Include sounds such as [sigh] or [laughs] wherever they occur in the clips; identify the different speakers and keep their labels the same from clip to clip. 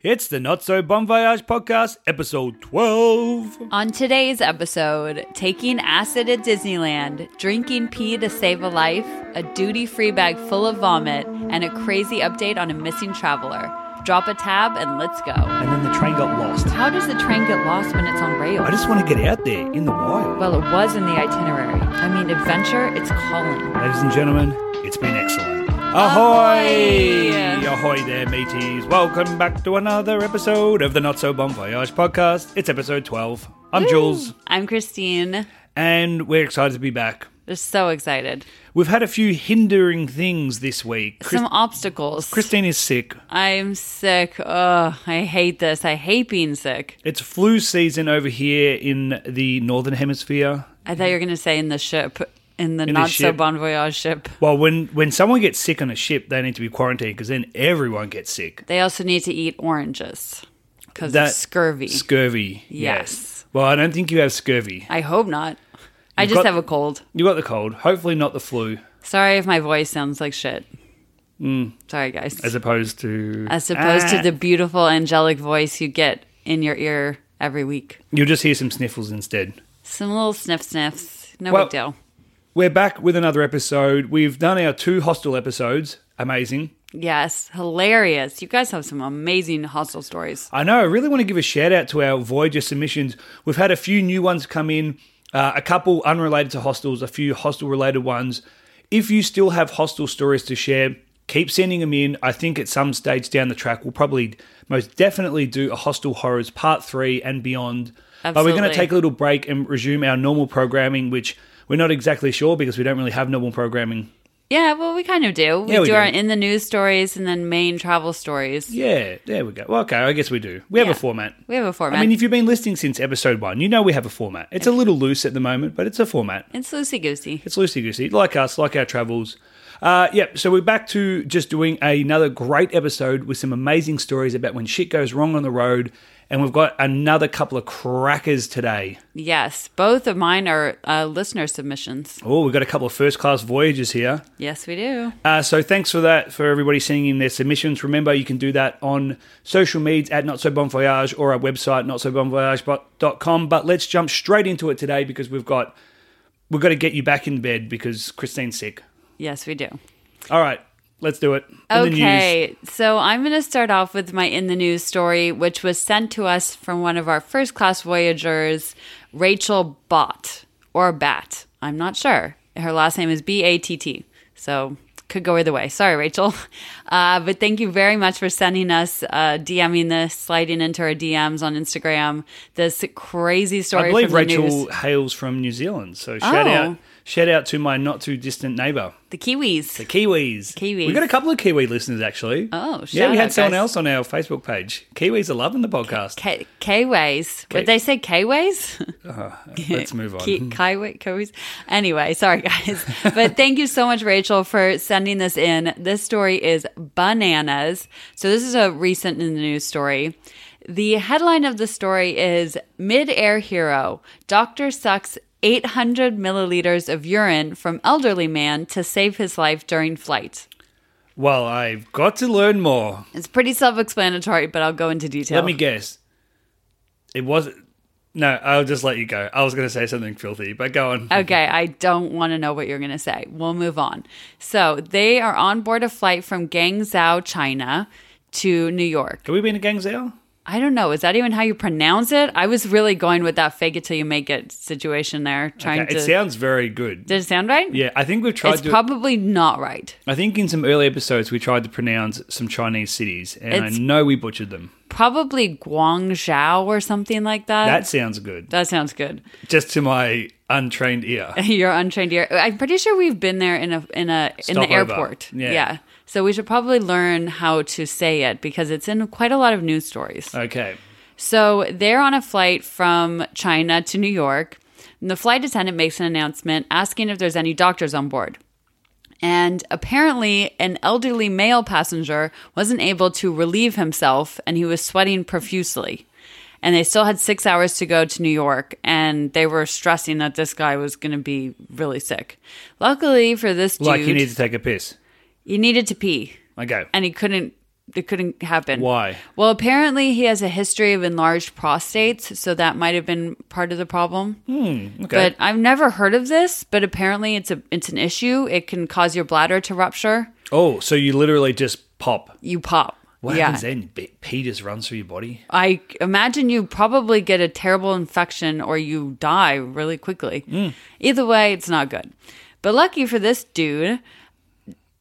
Speaker 1: It's the Not So Bon Voyage podcast, episode 12.
Speaker 2: On today's episode, taking acid at Disneyland, drinking pee to save a life, a duty free bag full of vomit, and a crazy update on a missing traveler. Drop a tab and let's go.
Speaker 1: And then the train got lost.
Speaker 2: How does the train get lost when it's on rails?
Speaker 1: I just want to get out there in the wild.
Speaker 2: well, it was in the itinerary. I mean, adventure, it's calling.
Speaker 1: Ladies and gentlemen, it's been excellent. Ahoy!
Speaker 2: Ahoy!
Speaker 1: Ahoy there, mateys. Welcome back to another episode of the Not So Bon Voyage podcast. It's episode 12. I'm Jules,
Speaker 2: I'm Christine.
Speaker 1: and we're excited to be back.
Speaker 2: Just so excited.
Speaker 1: We've had a few hindering things this week. Chris-
Speaker 2: Some obstacles.
Speaker 1: Christine is sick.
Speaker 2: I'm sick. Ugh, I hate this. I hate being sick.
Speaker 1: It's flu season over here in the Northern Hemisphere.
Speaker 2: I thought you were going to say in the ship, in the
Speaker 1: the
Speaker 2: not so
Speaker 1: ship.
Speaker 2: bon voyage ship.
Speaker 1: Well, when, when someone gets sick on a ship, they need to be quarantined because then everyone gets sick.
Speaker 2: They also need to eat oranges because of
Speaker 1: That-
Speaker 2: scurvy.
Speaker 1: Scurvy.
Speaker 2: Yes.
Speaker 1: Well, I don't think you have scurvy.
Speaker 2: I hope not. I just
Speaker 1: got-
Speaker 2: have a cold.
Speaker 1: You got the cold. Hopefully, not the flu,
Speaker 2: Sorry if my voice sounds like shit. Sorry, guys.
Speaker 1: Mm. as opposed to.
Speaker 2: As opposed
Speaker 1: Ah.
Speaker 2: to the beautiful angelic voice you get in your ear every week.
Speaker 1: You'll just hear some sniffles instead.
Speaker 2: Some little sniff sniffs. No
Speaker 1: Well-
Speaker 2: big deal.
Speaker 1: We're back with another episode. We've done our two hostel episodes. Amazing.
Speaker 2: Yes, hilarious. You guys have some amazing hostel stories.
Speaker 1: I know. I really want to give a shout out to our Voyager submissions. We've had a few new ones come in, uh, a couple unrelated to hostels, a few hostel related ones. If you still have hostel stories to share, keep sending them in. I think at some stage down the track, we'll probably most definitely do a hostel horrors part three and beyond. But we're going to
Speaker 2: Absolutely.
Speaker 1: take a little break and resume our normal programming, which we're not exactly sure because we don't really have normal programming.
Speaker 2: Yeah, well, we kind of do. We
Speaker 1: Yeah,
Speaker 2: do,
Speaker 1: we do.
Speaker 2: our in the news stories and then main travel stories.
Speaker 1: Yeah, there we go. Well, okay, I guess we do. We have a
Speaker 2: Yeah.
Speaker 1: format.
Speaker 2: We have a format.
Speaker 1: I mean, if you've been listening since episode one, you know we have a format. It's a little loose at the moment, but it's a format.
Speaker 2: it's loosey goosey.
Speaker 1: It's loosey goosey, like us, like our travels. Uh, yep, so we're back to just doing another great episode with some amazing stories about when shit goes wrong on the road. And we've got another couple of crackers today.
Speaker 2: Yes, both of mine are uh, listener submissions.
Speaker 1: Oh, we've got a couple of first class voyages here.
Speaker 2: Yes, we do.
Speaker 1: Uh, so thanks for that, for everybody sending in their submissions. Remember, you can do that on social medias at Not So Bon Voyage or our website, notsobonvoyage.com. But let's jump straight into it today because we've got we've got to get you back in bed because Christine's sick.
Speaker 2: Yes, we do.
Speaker 1: All right, let's do it. In the news.
Speaker 2: Okay, so I'm going to start off with my in the news story, which was sent to us from one of our first class voyagers, Rachel Bott or Bat. I'm not sure. Her last name is B A T T. So could go either way. Sorry, Rachel. [laughs] Uh, but thank you very much for sending us, uh, DMing this, sliding into our DMs on Instagram. This crazy story.
Speaker 1: I believe
Speaker 2: from the
Speaker 1: Rachel
Speaker 2: news.
Speaker 1: hails from New Zealand, so shout
Speaker 2: Oh.
Speaker 1: out shout out to my not too distant neighbour,
Speaker 2: the Kiwis.
Speaker 1: the Kiwis.
Speaker 2: Kiwis.
Speaker 1: We got a couple of Kiwi listeners actually.
Speaker 2: Oh,
Speaker 1: yeah,
Speaker 2: shout
Speaker 1: we had
Speaker 2: out,
Speaker 1: someone
Speaker 2: guys.
Speaker 1: else on our Facebook page. Kiwis are loving the podcast.
Speaker 2: K K-ways. Would they say K-ways?
Speaker 1: let's move on.
Speaker 2: Ki- Kiwi- Kiwis. Anyway, sorry [laughs] guys, but thank you so much, Rachel, for sending this in. This story is bananas. So this is a recent in the news story. The headline of the story is "Mid-Air Hero: Doctor Sucks 800 Milliliters of Urine from Elderly Man to Save His Life During Flight."
Speaker 1: Well, I've got to learn more.
Speaker 2: It's pretty self-explanatory, but I'll go into detail.
Speaker 1: Let me guess. It wasn't. No, I'll just let you go. I was going to say something filthy, but go on.
Speaker 2: Okay, I don't want to know what you're going to say. We'll move on. So they are on board a flight from Guangzhou, China, to New York.
Speaker 1: Have we been to Gangzhou?
Speaker 2: I don't know. Is that even how you pronounce it? I was really going with that fake it till you make it situation there. Trying
Speaker 1: Okay,
Speaker 2: to.
Speaker 1: it sounds very good.
Speaker 2: did it sound right?
Speaker 1: Yeah, I think we've tried
Speaker 2: It's
Speaker 1: to.
Speaker 2: probably not right.
Speaker 1: I think in some early episodes we tried to pronounce some Chinese cities, and I
Speaker 2: It's-
Speaker 1: know we butchered them.
Speaker 2: Probably Guangzhou or something like that.
Speaker 1: That sounds good,
Speaker 2: that sounds good.
Speaker 1: just to my untrained ear.
Speaker 2: [laughs] Your untrained ear. I'm pretty sure we've been there in a in a in the
Speaker 1: Stopover.
Speaker 2: airport.
Speaker 1: Yeah.
Speaker 2: So we should probably learn how to say it because it's in quite a lot of news stories.
Speaker 1: Okay,
Speaker 2: So they're on a flight from China to New York. And the flight attendant makes an announcement asking if there's any doctors on board. And apparently, an elderly male passenger wasn't able to relieve himself and he was sweating profusely. And they still had six hours to go to New York. And they were stressing that this guy was going to be really sick. Luckily for this dude,
Speaker 1: like you need to take a piss.
Speaker 2: he needed to pee
Speaker 1: Okay,
Speaker 2: and he couldn't It couldn't happen.
Speaker 1: Why?
Speaker 2: Well, apparently he has a history of enlarged prostates, so that might have been part of the problem.
Speaker 1: Okay.
Speaker 2: But I've never heard of this, but apparently it's a it's an issue. It can cause your bladder to rupture.
Speaker 1: oh, so you literally just pop.
Speaker 2: You pop.
Speaker 1: What
Speaker 2: yeah.
Speaker 1: happens then? Be- Pee just runs through your body.
Speaker 2: I imagine you probably get a terrible infection or you die really quickly.
Speaker 1: Mm.
Speaker 2: Either way, it's not good. But lucky for this dude,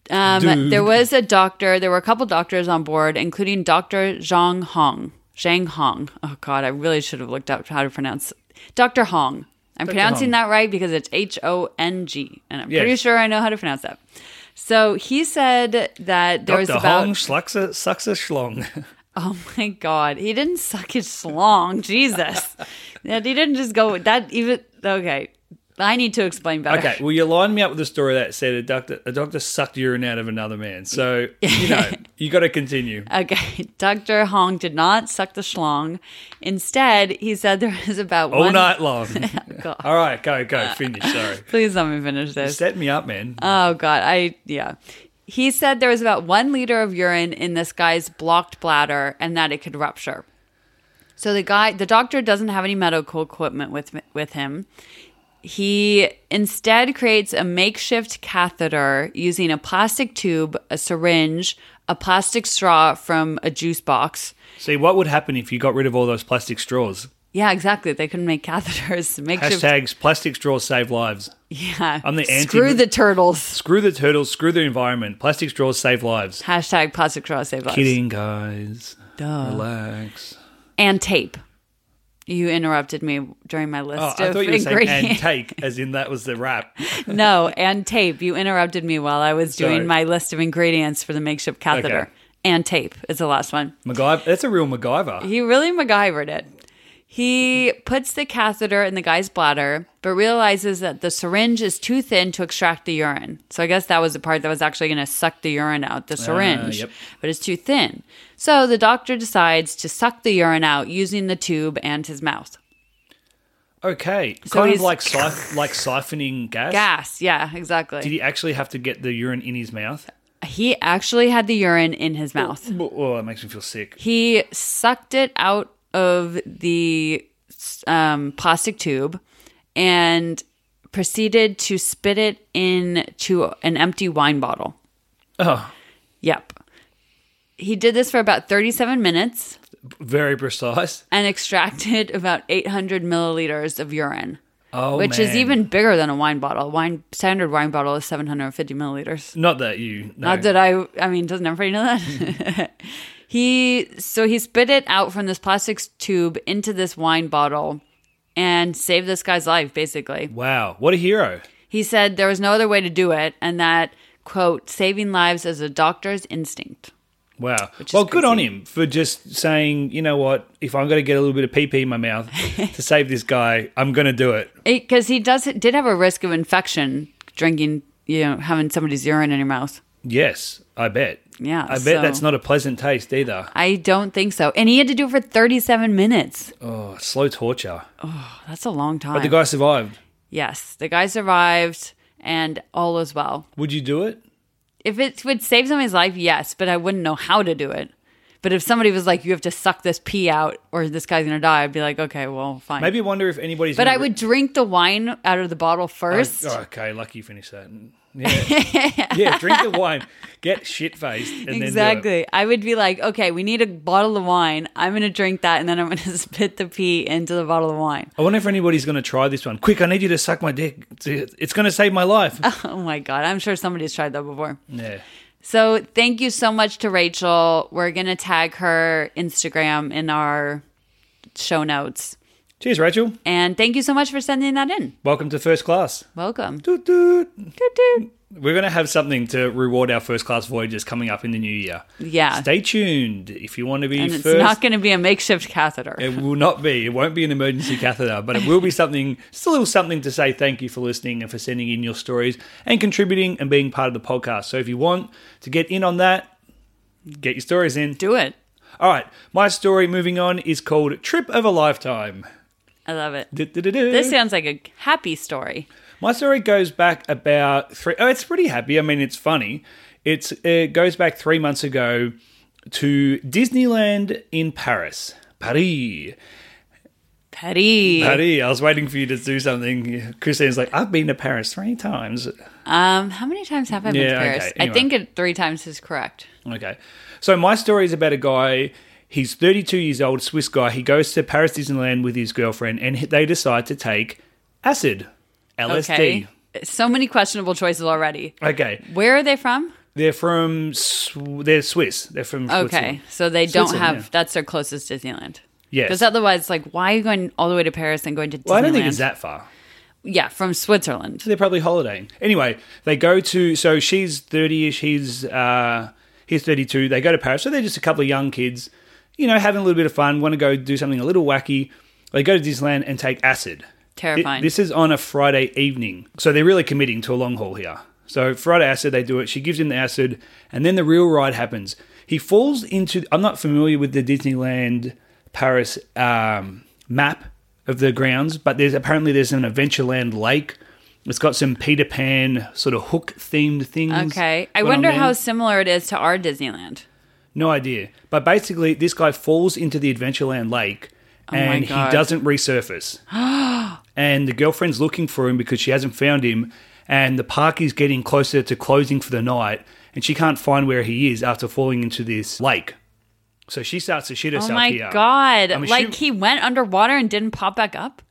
Speaker 2: um,
Speaker 1: Dude.
Speaker 2: there was a doctor, there were a couple doctors on board, including Dr. Zhang Hong. Zhang Hong. Oh, God, I really should have looked up how to pronounce Dr. Hong. I'm pronouncing
Speaker 1: Hong.
Speaker 2: that right because it's H O N G, and I'm pretty
Speaker 1: Yes.
Speaker 2: sure I know how to pronounce that. So he said that there was
Speaker 1: Dr.
Speaker 2: about
Speaker 1: Hong sucks a, sucks a schlong.
Speaker 2: Oh my god, he didn't suck his schlong. Jesus, that he didn't just go that even. Okay, I need to explain better.
Speaker 1: okay, well, you lined me up with a story that said a doctor, a doctor sucked urine out of another man. So, you know, you got to continue.
Speaker 2: Okay, [laughs] Dr. Hong did not suck the schlong. Instead, he said there was about
Speaker 1: All
Speaker 2: one.
Speaker 1: night long.
Speaker 2: God.
Speaker 1: All right, go, go, finish. Sorry.
Speaker 2: Please let me finish this.
Speaker 1: Set me up, man.
Speaker 2: Oh god, I yeah. He said there was about one liter of urine in this guy's blocked bladder and that it could rupture. So the guy, the doctor doesn't have any medical equipment with with him. He instead creates a makeshift catheter using a plastic tube, a syringe, a plastic straw from a juice box.
Speaker 1: See, what would happen if you got rid of all those plastic straws?
Speaker 2: Yeah, exactly. They couldn't make catheters. [laughs] Makeshift.
Speaker 1: Hashtags plastic straws save lives.
Speaker 2: yeah.
Speaker 1: I'm the anti-
Speaker 2: Screw the turtles.
Speaker 1: Screw the turtles, screw the environment. Plastic straws save lives.
Speaker 2: Hashtag plastic straw save lives. Uh,
Speaker 1: Kidding, guys.
Speaker 2: Duh.
Speaker 1: Relax.
Speaker 2: and tape. You interrupted me during my list
Speaker 1: Oh, I
Speaker 2: of
Speaker 1: thought you were saying and
Speaker 2: ingredients.
Speaker 1: take, as in that was the wrap.
Speaker 2: [laughs] no, and tape. You interrupted me while I was doing
Speaker 1: Sorry.
Speaker 2: my list of ingredients for the makeshift catheter.
Speaker 1: Okay.
Speaker 2: And tape is the last one.
Speaker 1: MacGyver. That's a real MacGyver.
Speaker 2: He really MacGyvered it. He puts the catheter in the guy's bladder, but realizes that the syringe is too thin to extract the urine. So I guess that was the part that was actually going to suck the urine out, the syringe,
Speaker 1: Ah, yep.
Speaker 2: but it's too thin. So the doctor decides to suck the urine out using the tube and his mouth.
Speaker 1: Okay. kind
Speaker 2: he's-
Speaker 1: of like siph- like siphoning gas.
Speaker 2: Gas. Yeah, exactly.
Speaker 1: Did he actually have to get the urine in his mouth?
Speaker 2: He actually had the urine in his mouth.
Speaker 1: Oh, that makes me feel sick.
Speaker 2: He sucked it out of the um, plastic tube and proceeded to spit it into an empty wine bottle.
Speaker 1: Oh,
Speaker 2: Yep. He did this for about 37 minutes
Speaker 1: very precise.
Speaker 2: and extracted [laughs] about 800 milliliters of urine,
Speaker 1: Oh,
Speaker 2: which is
Speaker 1: man.
Speaker 2: even bigger than a wine bottle. Wine standard wine bottle is 750 milliliters.
Speaker 1: Not that you. No.
Speaker 2: Not that I, I mean, doesn't everybody know that?
Speaker 1: [laughs]
Speaker 2: [laughs] he, so he spit it out from this plastic tube into this wine bottle and saved this guy's life, basically.
Speaker 1: Wow, what a hero.
Speaker 2: He said there was no other way to do it and that, quote, saving lives is a doctor's instinct.
Speaker 1: Wow.
Speaker 2: is
Speaker 1: Well, good on
Speaker 2: crazy.
Speaker 1: him for just saying, you know what, if I'm going to get a little bit of pee pee in my
Speaker 2: [laughs]
Speaker 1: mouth to save this guy, I'm going to do it.
Speaker 2: Because he does, did have a risk of infection drinking, you know, having somebody's urine in your mouth.
Speaker 1: Yes, I bet.
Speaker 2: Yeah,
Speaker 1: I bet
Speaker 2: so-
Speaker 1: that's not a pleasant taste either.
Speaker 2: I don't think so. And he had to do it for 37 minutes.
Speaker 1: Oh, slow torture.
Speaker 2: That's a long time.
Speaker 1: But the guy survived.
Speaker 2: yes, the guy survived and all is well.
Speaker 1: Would you do it?
Speaker 2: If it would save somebody's life, yes, but I wouldn't know how to do it. But if somebody was like, you have to suck this pee out or this guy's gonna die, I'd be like, okay, well, fine.
Speaker 1: Maybe wonder if anybody's.
Speaker 2: but
Speaker 1: gonna
Speaker 2: I would drink the wine out of the bottle first.
Speaker 1: Oh, okay, lucky you finished that. Yeah, yeah. Drink the wine, get shit faced, and then do it.
Speaker 2: exactly. I would be like, okay, we need a bottle of wine. I'm gonna drink that and then I'm gonna [laughs] spit the pee into the bottle of wine. [laughs]
Speaker 1: I wonder if anybody's going to try this one. Quick, I need you to suck my dick. It's going to save my life.
Speaker 2: Oh my God, I'm sure somebody's tried that before.
Speaker 1: yeah.
Speaker 2: So thank you so much to Rachel. We're gonna tag her Instagram in our show notes.
Speaker 1: Cheers, Rachel.
Speaker 2: And thank you so much for sending that in.
Speaker 1: Welcome to first class.
Speaker 2: Welcome.
Speaker 1: Doot, doot. We're going to have something to reward our first class voyages coming up in the new year.
Speaker 2: Yeah.
Speaker 1: Stay tuned if you want to be
Speaker 2: and
Speaker 1: first.
Speaker 2: it's not going to be a makeshift catheter.
Speaker 1: it will not be. It won't be an emergency catheter, but it will be something, just a little something to say thank you for listening and for sending in your stories and contributing and being part of the podcast. So if you want to get in on that, get your stories in.
Speaker 2: Do it.
Speaker 1: All right. My story moving on is called Trip of a Lifetime.
Speaker 2: I love it.
Speaker 1: Du-du-du-du.
Speaker 2: This sounds like a happy story.
Speaker 1: My story goes back about three oh it's pretty happy. I mean, it's funny. It's it goes back three months ago. to Disneyland in Paris. Paris.
Speaker 2: Petty.
Speaker 1: Paris. I was waiting for you to do something. Christine's like, I've been to Paris three times.
Speaker 2: Um, how many times have I been to
Speaker 1: Yeah, okay,
Speaker 2: Paris? I
Speaker 1: anyway.
Speaker 2: think it three times is correct.
Speaker 1: Okay. So my story is about a guy. He's 32 years old, Swiss guy. He goes to Paris Disneyland with his girlfriend, and they decide to take acid, LSD.
Speaker 2: Okay. So many questionable choices already.
Speaker 1: Okay.
Speaker 2: Where are they from?
Speaker 1: They're from. Sw- They're Swiss. They're from. Switzerland.
Speaker 2: Okay. So they don't
Speaker 1: Switzerland,
Speaker 2: have,
Speaker 1: yeah.
Speaker 2: that's their closest Disneyland.
Speaker 1: Yes.
Speaker 2: Because otherwise, like, why are you going all the way to Paris and going to Disneyland?
Speaker 1: Well, I don't think it's that far.
Speaker 2: Yeah, from Switzerland.
Speaker 1: They're probably holidaying. Anyway, they go to so she's thirty ish, he's uh he's thirty two. They go to Paris, so they're just a couple of young kids, you know, having a little bit of fun, want to go do something a little wacky. They go to Disneyland and take acid.
Speaker 2: Terrifying.
Speaker 1: Thi- This is on a Friday evening. So they're really committing to a long haul here. So Friday acid, they do it. She gives him the acid, and then the real ride happens. He falls into. I'm not familiar with the Disneyland Paris um, map of the grounds, but there's apparently there's an Adventureland lake. It's got some Peter Pan sort of hook themed things.
Speaker 2: Okay. I
Speaker 1: going on
Speaker 2: wonder
Speaker 1: there.
Speaker 2: how similar it is to our Disneyland.
Speaker 1: No idea. But basically, this guy falls into the Adventureland lake and he
Speaker 2: Oh God.
Speaker 1: doesn't
Speaker 2: [gasps]
Speaker 1: resurface. and the girlfriend's looking for him because she hasn't found him. And the park is getting closer to closing for the night. And she can't find where he is after falling into this lake. So she starts to shit
Speaker 2: Oh
Speaker 1: herself
Speaker 2: my
Speaker 1: here.
Speaker 2: God.
Speaker 1: I'm
Speaker 2: like,
Speaker 1: assuming-
Speaker 2: he went underwater and didn't pop back up?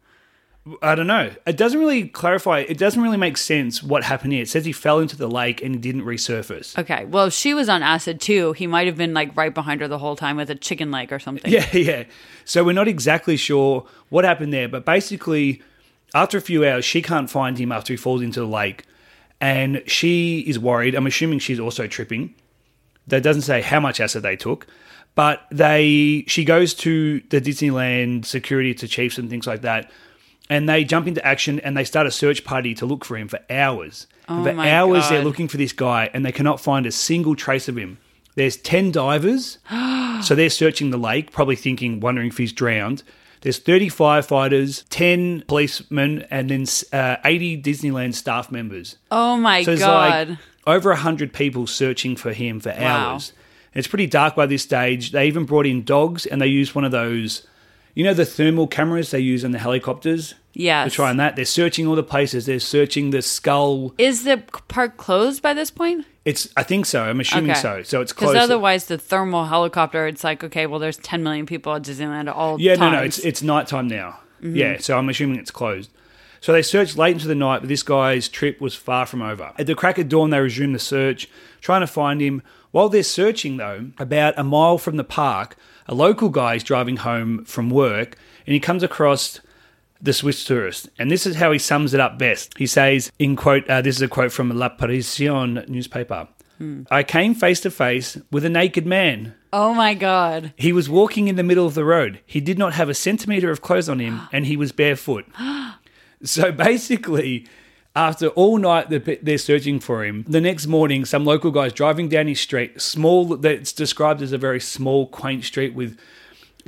Speaker 1: I don't know. It doesn't really clarify. It doesn't really make sense what happened here. It says he fell into the lake and he didn't resurface.
Speaker 2: Okay. Well, if she was on acid too, he might have been like right behind her the whole time with a chicken leg or something.
Speaker 1: Yeah, yeah. [laughs] So we're not exactly sure what happened there, but basically, after a few hours, she can't find him after he falls into the lake, and she is worried. I'm assuming she's also tripping. That doesn't say how much acid they took, but they she goes to the Disneyland security to chiefs and things like that, and they jump into action and they start a search party to look for him for hours. and for
Speaker 2: Oh my
Speaker 1: hours, they're
Speaker 2: God.
Speaker 1: looking for this guy, and they cannot find a single trace of him. There's ten
Speaker 2: [gasps]
Speaker 1: divers. So they're searching the lake, probably thinking, wondering if he's drowned. There's 30 firefighters, 10 policemen, and then uh, 80 Disneyland staff members.
Speaker 2: Oh my
Speaker 1: so there's
Speaker 2: God.
Speaker 1: like over 100 people searching for him for
Speaker 2: Wow.
Speaker 1: hours. It's pretty dark by this stage. They even brought in dogs and they used one of those, you know, the thermal cameras they use on the helicopters?
Speaker 2: Yes.
Speaker 1: They're trying that. They're searching all the places. They're searching the skull.
Speaker 2: Is the park closed by this point?
Speaker 1: It's, I think so. I'm assuming so. So it's
Speaker 2: Because
Speaker 1: close.
Speaker 2: otherwise, the thermal helicopter, it's like, okay, well, there's 10 million people at Disneyland at all
Speaker 1: Yeah,
Speaker 2: times.
Speaker 1: no, no, it's it's nighttime now. Yeah, so I'm assuming it's closed. So they searched late into the night, but this guy's trip was far from over. At the crack of dawn, they resumed the search, trying to find him. While they're searching, though, about a mile from the park, a local guy is driving home from work, and he comes across the Swiss tourist. And this is how he sums it up best. He says, in quote, uh, this is a quote from La Parisienne newspaper. I came face to face with a naked man
Speaker 2: oh my God.
Speaker 1: he was walking in the middle of the road. He did not have a centimeter of clothes on him, and he was barefoot. so basically, after all night that pe- they're searching for him, the next morning, some local guy's driving down his street, small, that's described as a very small, quaint street with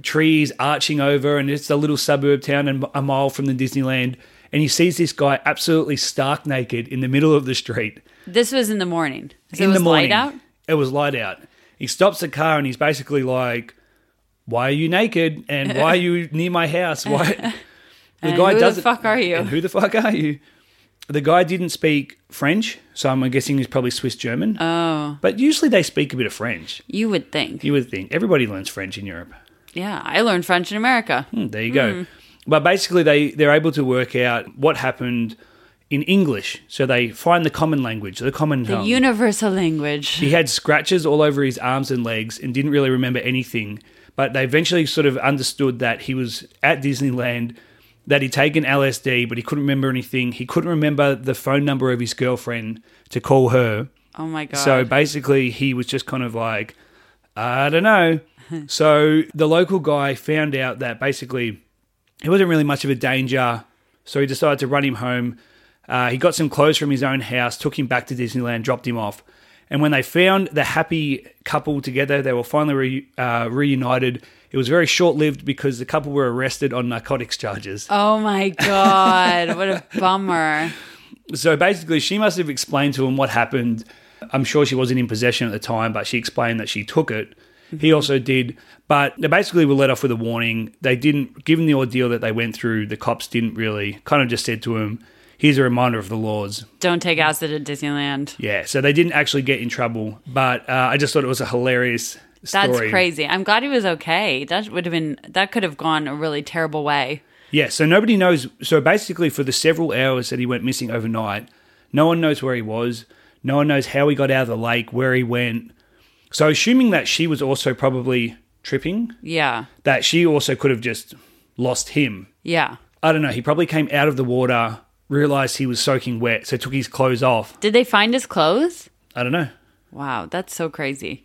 Speaker 1: trees arching over, and it's a little suburb town and a mile from the Disneyland. And he sees this guy absolutely stark naked in the middle of the street
Speaker 2: This was in the morning. So
Speaker 1: in
Speaker 2: it was
Speaker 1: the morning.
Speaker 2: light out?
Speaker 1: It was light out. He stops the car and he's basically like, "Why are you naked? And why are
Speaker 2: [laughs]
Speaker 1: you near my house? Why?" The
Speaker 2: And who the fuck are you?
Speaker 1: And who the fuck are you? The guy didn't speak French, so I'm guessing he's probably Swiss German.
Speaker 2: Oh,
Speaker 1: but usually they speak a bit of French.
Speaker 2: you would think.
Speaker 1: You would think everybody learns French in Europe.
Speaker 2: Yeah, I learned French in America.
Speaker 1: Hmm, there you go. But basically, they they're able to work out what happened in English, so they find the common language, the common
Speaker 2: The
Speaker 1: tongue.
Speaker 2: universal language.
Speaker 1: He had scratches all over his arms and legs and didn't really remember anything. But they eventually sort of understood that he was at Disneyland, that he'd taken LSD, but he couldn't remember anything. He couldn't remember the phone number of his girlfriend to call her.
Speaker 2: Oh my God.
Speaker 1: So basically, he was just kind of like, I don't know. so the local guy found out that basically he wasn't really much of a danger. So he decided to run him home. Uh, he got some clothes from his own house, took him back to Disneyland, dropped him off. And when they found the happy couple together, they were finally re- uh, reunited. It was very short lived because the couple were arrested on narcotics charges.
Speaker 2: oh my God. what a bummer.
Speaker 1: So basically, she must have explained to him what happened. I'm sure she wasn't in possession at the time, but she explained that she took it He also did, but they basically were let off with a warning. They didn't, given the ordeal that they went through, the cops didn't really, kind of just said to him, here's a reminder of the laws.
Speaker 2: Don't take acid at Disneyland.
Speaker 1: Yeah, so they didn't actually get in trouble, but uh, I just thought it was a hilarious story.
Speaker 2: That's crazy. I'm glad he was okay. That would have been that could have gone a really terrible way.
Speaker 1: Yeah, so nobody knows. So basically, for the several hours that he went missing overnight, no one knows where he was. No one knows how he got out of the lake, where he went. So, assuming that she was also probably tripping,
Speaker 2: Yeah.
Speaker 1: that she also could have just lost him.
Speaker 2: Yeah.
Speaker 1: I don't know. He probably came out of the water, realized he was soaking wet, so took his clothes off.
Speaker 2: Did they find his clothes?
Speaker 1: I don't know.
Speaker 2: Wow, that's so crazy.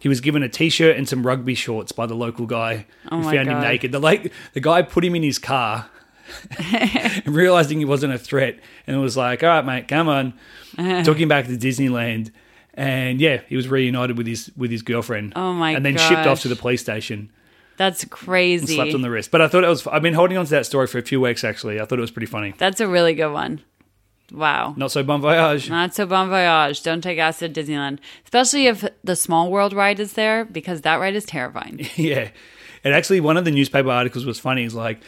Speaker 1: He was given a t-shirt and some rugby shorts by the local guy who
Speaker 2: Oh my
Speaker 1: found him
Speaker 2: God.
Speaker 1: naked. The like the guy put him in his car, [laughs] and realizing he wasn't a threat, and was like, "All right, mate, come
Speaker 2: [laughs]
Speaker 1: on." Took him back to Disneyland, and yeah, he was reunited with his with his girlfriend.
Speaker 2: Oh, my
Speaker 1: And then shipped off
Speaker 2: gosh.
Speaker 1: to the police station,
Speaker 2: That's crazy.
Speaker 1: slapped on the wrist. But I thought it was. I've been holding on to that story for a few weeks actually. I thought it was pretty funny.
Speaker 2: That's a really good one. Wow.
Speaker 1: Not so bon voyage.
Speaker 2: Not so bon voyage. Don't take acid at Disneyland, especially if the small world ride is there, because that ride
Speaker 1: [laughs]
Speaker 2: is terrifying.
Speaker 1: yeah. And actually, one of the newspaper articles was funny. It's like,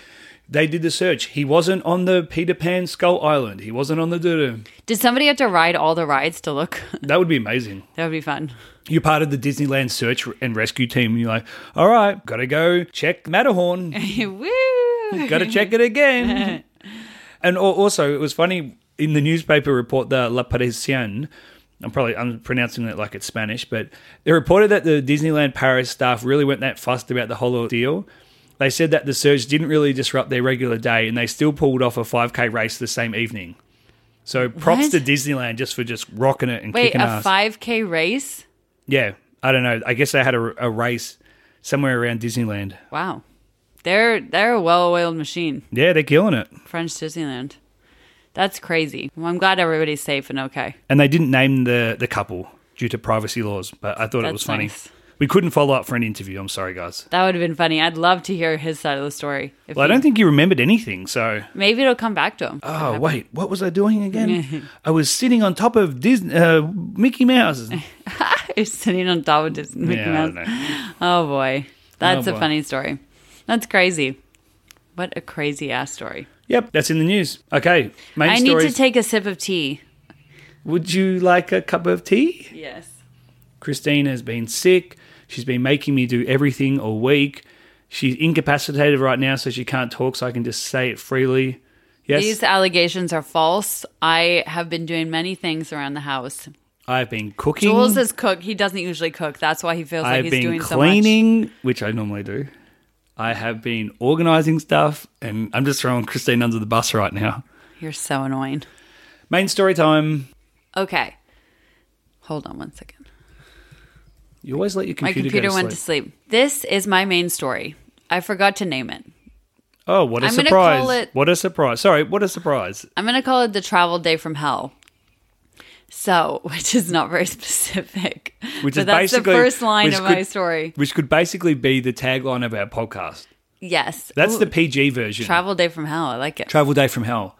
Speaker 1: they did the search. He wasn't on the Peter Pan Skull Island. He wasn't on the doo
Speaker 2: Did somebody have to ride all the rides to look? [laughs]
Speaker 1: That would be amazing.
Speaker 2: that would be fun. [laughs]
Speaker 1: You're part of the Disneyland search and rescue team. You're like, all right, gotta go check Matterhorn. [laughs]
Speaker 2: Woo!
Speaker 1: gotta check it again. [laughs] and al- also, it was funny in the newspaper report, the La Parisienne. I'm probably I'm pronouncing it like it's Spanish, but they reported that the Disneyland Paris staff really weren't that fussed about the whole ordeal. They said that the surge didn't really disrupt their regular day, and they still pulled off a 5K race the same evening. So props
Speaker 2: What?
Speaker 1: to Disneyland just for just rocking it and
Speaker 2: Wait,
Speaker 1: kicking
Speaker 2: a
Speaker 1: ass.
Speaker 2: five k race?
Speaker 1: Yeah, I don't know. I guess they had a, a race somewhere around Disneyland.
Speaker 2: Wow, they're they're a well-oiled machine.
Speaker 1: Yeah, they're killing it.
Speaker 2: French Disneyland. That's crazy. Well, I'm glad everybody's safe and okay.
Speaker 1: And they didn't name the the couple due to privacy laws, but I thought it
Speaker 2: That's
Speaker 1: was funny.
Speaker 2: nice.
Speaker 1: We couldn't follow up for an interview. I'm sorry, guys.
Speaker 2: That would have been funny. I'd love to hear his side of the story. If
Speaker 1: Well, I
Speaker 2: he-
Speaker 1: don't think you remembered anything. So,
Speaker 2: maybe it'll come back to him.
Speaker 1: oh wait, what was I doing again? I was sitting on top of Disney, uh, Mickey
Speaker 2: [laughs]
Speaker 1: Mouse.
Speaker 2: [laughs] He's sitting on top of Disney Mickey
Speaker 1: yeah, I don't
Speaker 2: Mouse.
Speaker 1: know. Oh,
Speaker 2: Oh boy, that's
Speaker 1: boy.
Speaker 2: a funny story. That's crazy. What a crazy ass story.
Speaker 1: Yep, that's in the news. Okay, main
Speaker 2: I need
Speaker 1: stories.
Speaker 2: to take a sip of tea.
Speaker 1: Would you like a cup of tea?
Speaker 2: Yes.
Speaker 1: Christine has been sick. She's been making me do everything all week. She's incapacitated right now, so she can't talk, so I can just say it freely. Yes,
Speaker 2: These allegations are false. I have been doing many things around the house.
Speaker 1: I've been cooking.
Speaker 2: Jules is cook. He doesn't usually cook. That's why he feels like
Speaker 1: I've
Speaker 2: he's
Speaker 1: been
Speaker 2: doing so much.
Speaker 1: cleaning, which I normally do. I have been organizing stuff, and I'm just throwing Christine under the bus right now.
Speaker 2: You're so annoying.
Speaker 1: Main story time.
Speaker 2: Okay. Hold on one second.
Speaker 1: You always let your
Speaker 2: My
Speaker 1: computer,
Speaker 2: computer
Speaker 1: go to
Speaker 2: went to
Speaker 1: sleep.
Speaker 2: sleep. This is my main story. I forgot to name it.
Speaker 1: Oh, what a
Speaker 2: I'm gonna
Speaker 1: surprise!
Speaker 2: call it-
Speaker 1: What a surprise! Sorry, what a surprise!
Speaker 2: I'm going to call it the travel day from hell. So, [laughs] which is not very specific.
Speaker 1: Which
Speaker 2: but
Speaker 1: is
Speaker 2: that's the
Speaker 1: basically-
Speaker 2: first line
Speaker 1: which
Speaker 2: of my
Speaker 1: could-
Speaker 2: story.
Speaker 1: Which could basically be the tagline of our podcast.
Speaker 2: Yes.
Speaker 1: That's
Speaker 2: Ooh,
Speaker 1: the PG version.
Speaker 2: travel day from hell. I like it.
Speaker 1: Travel day from hell.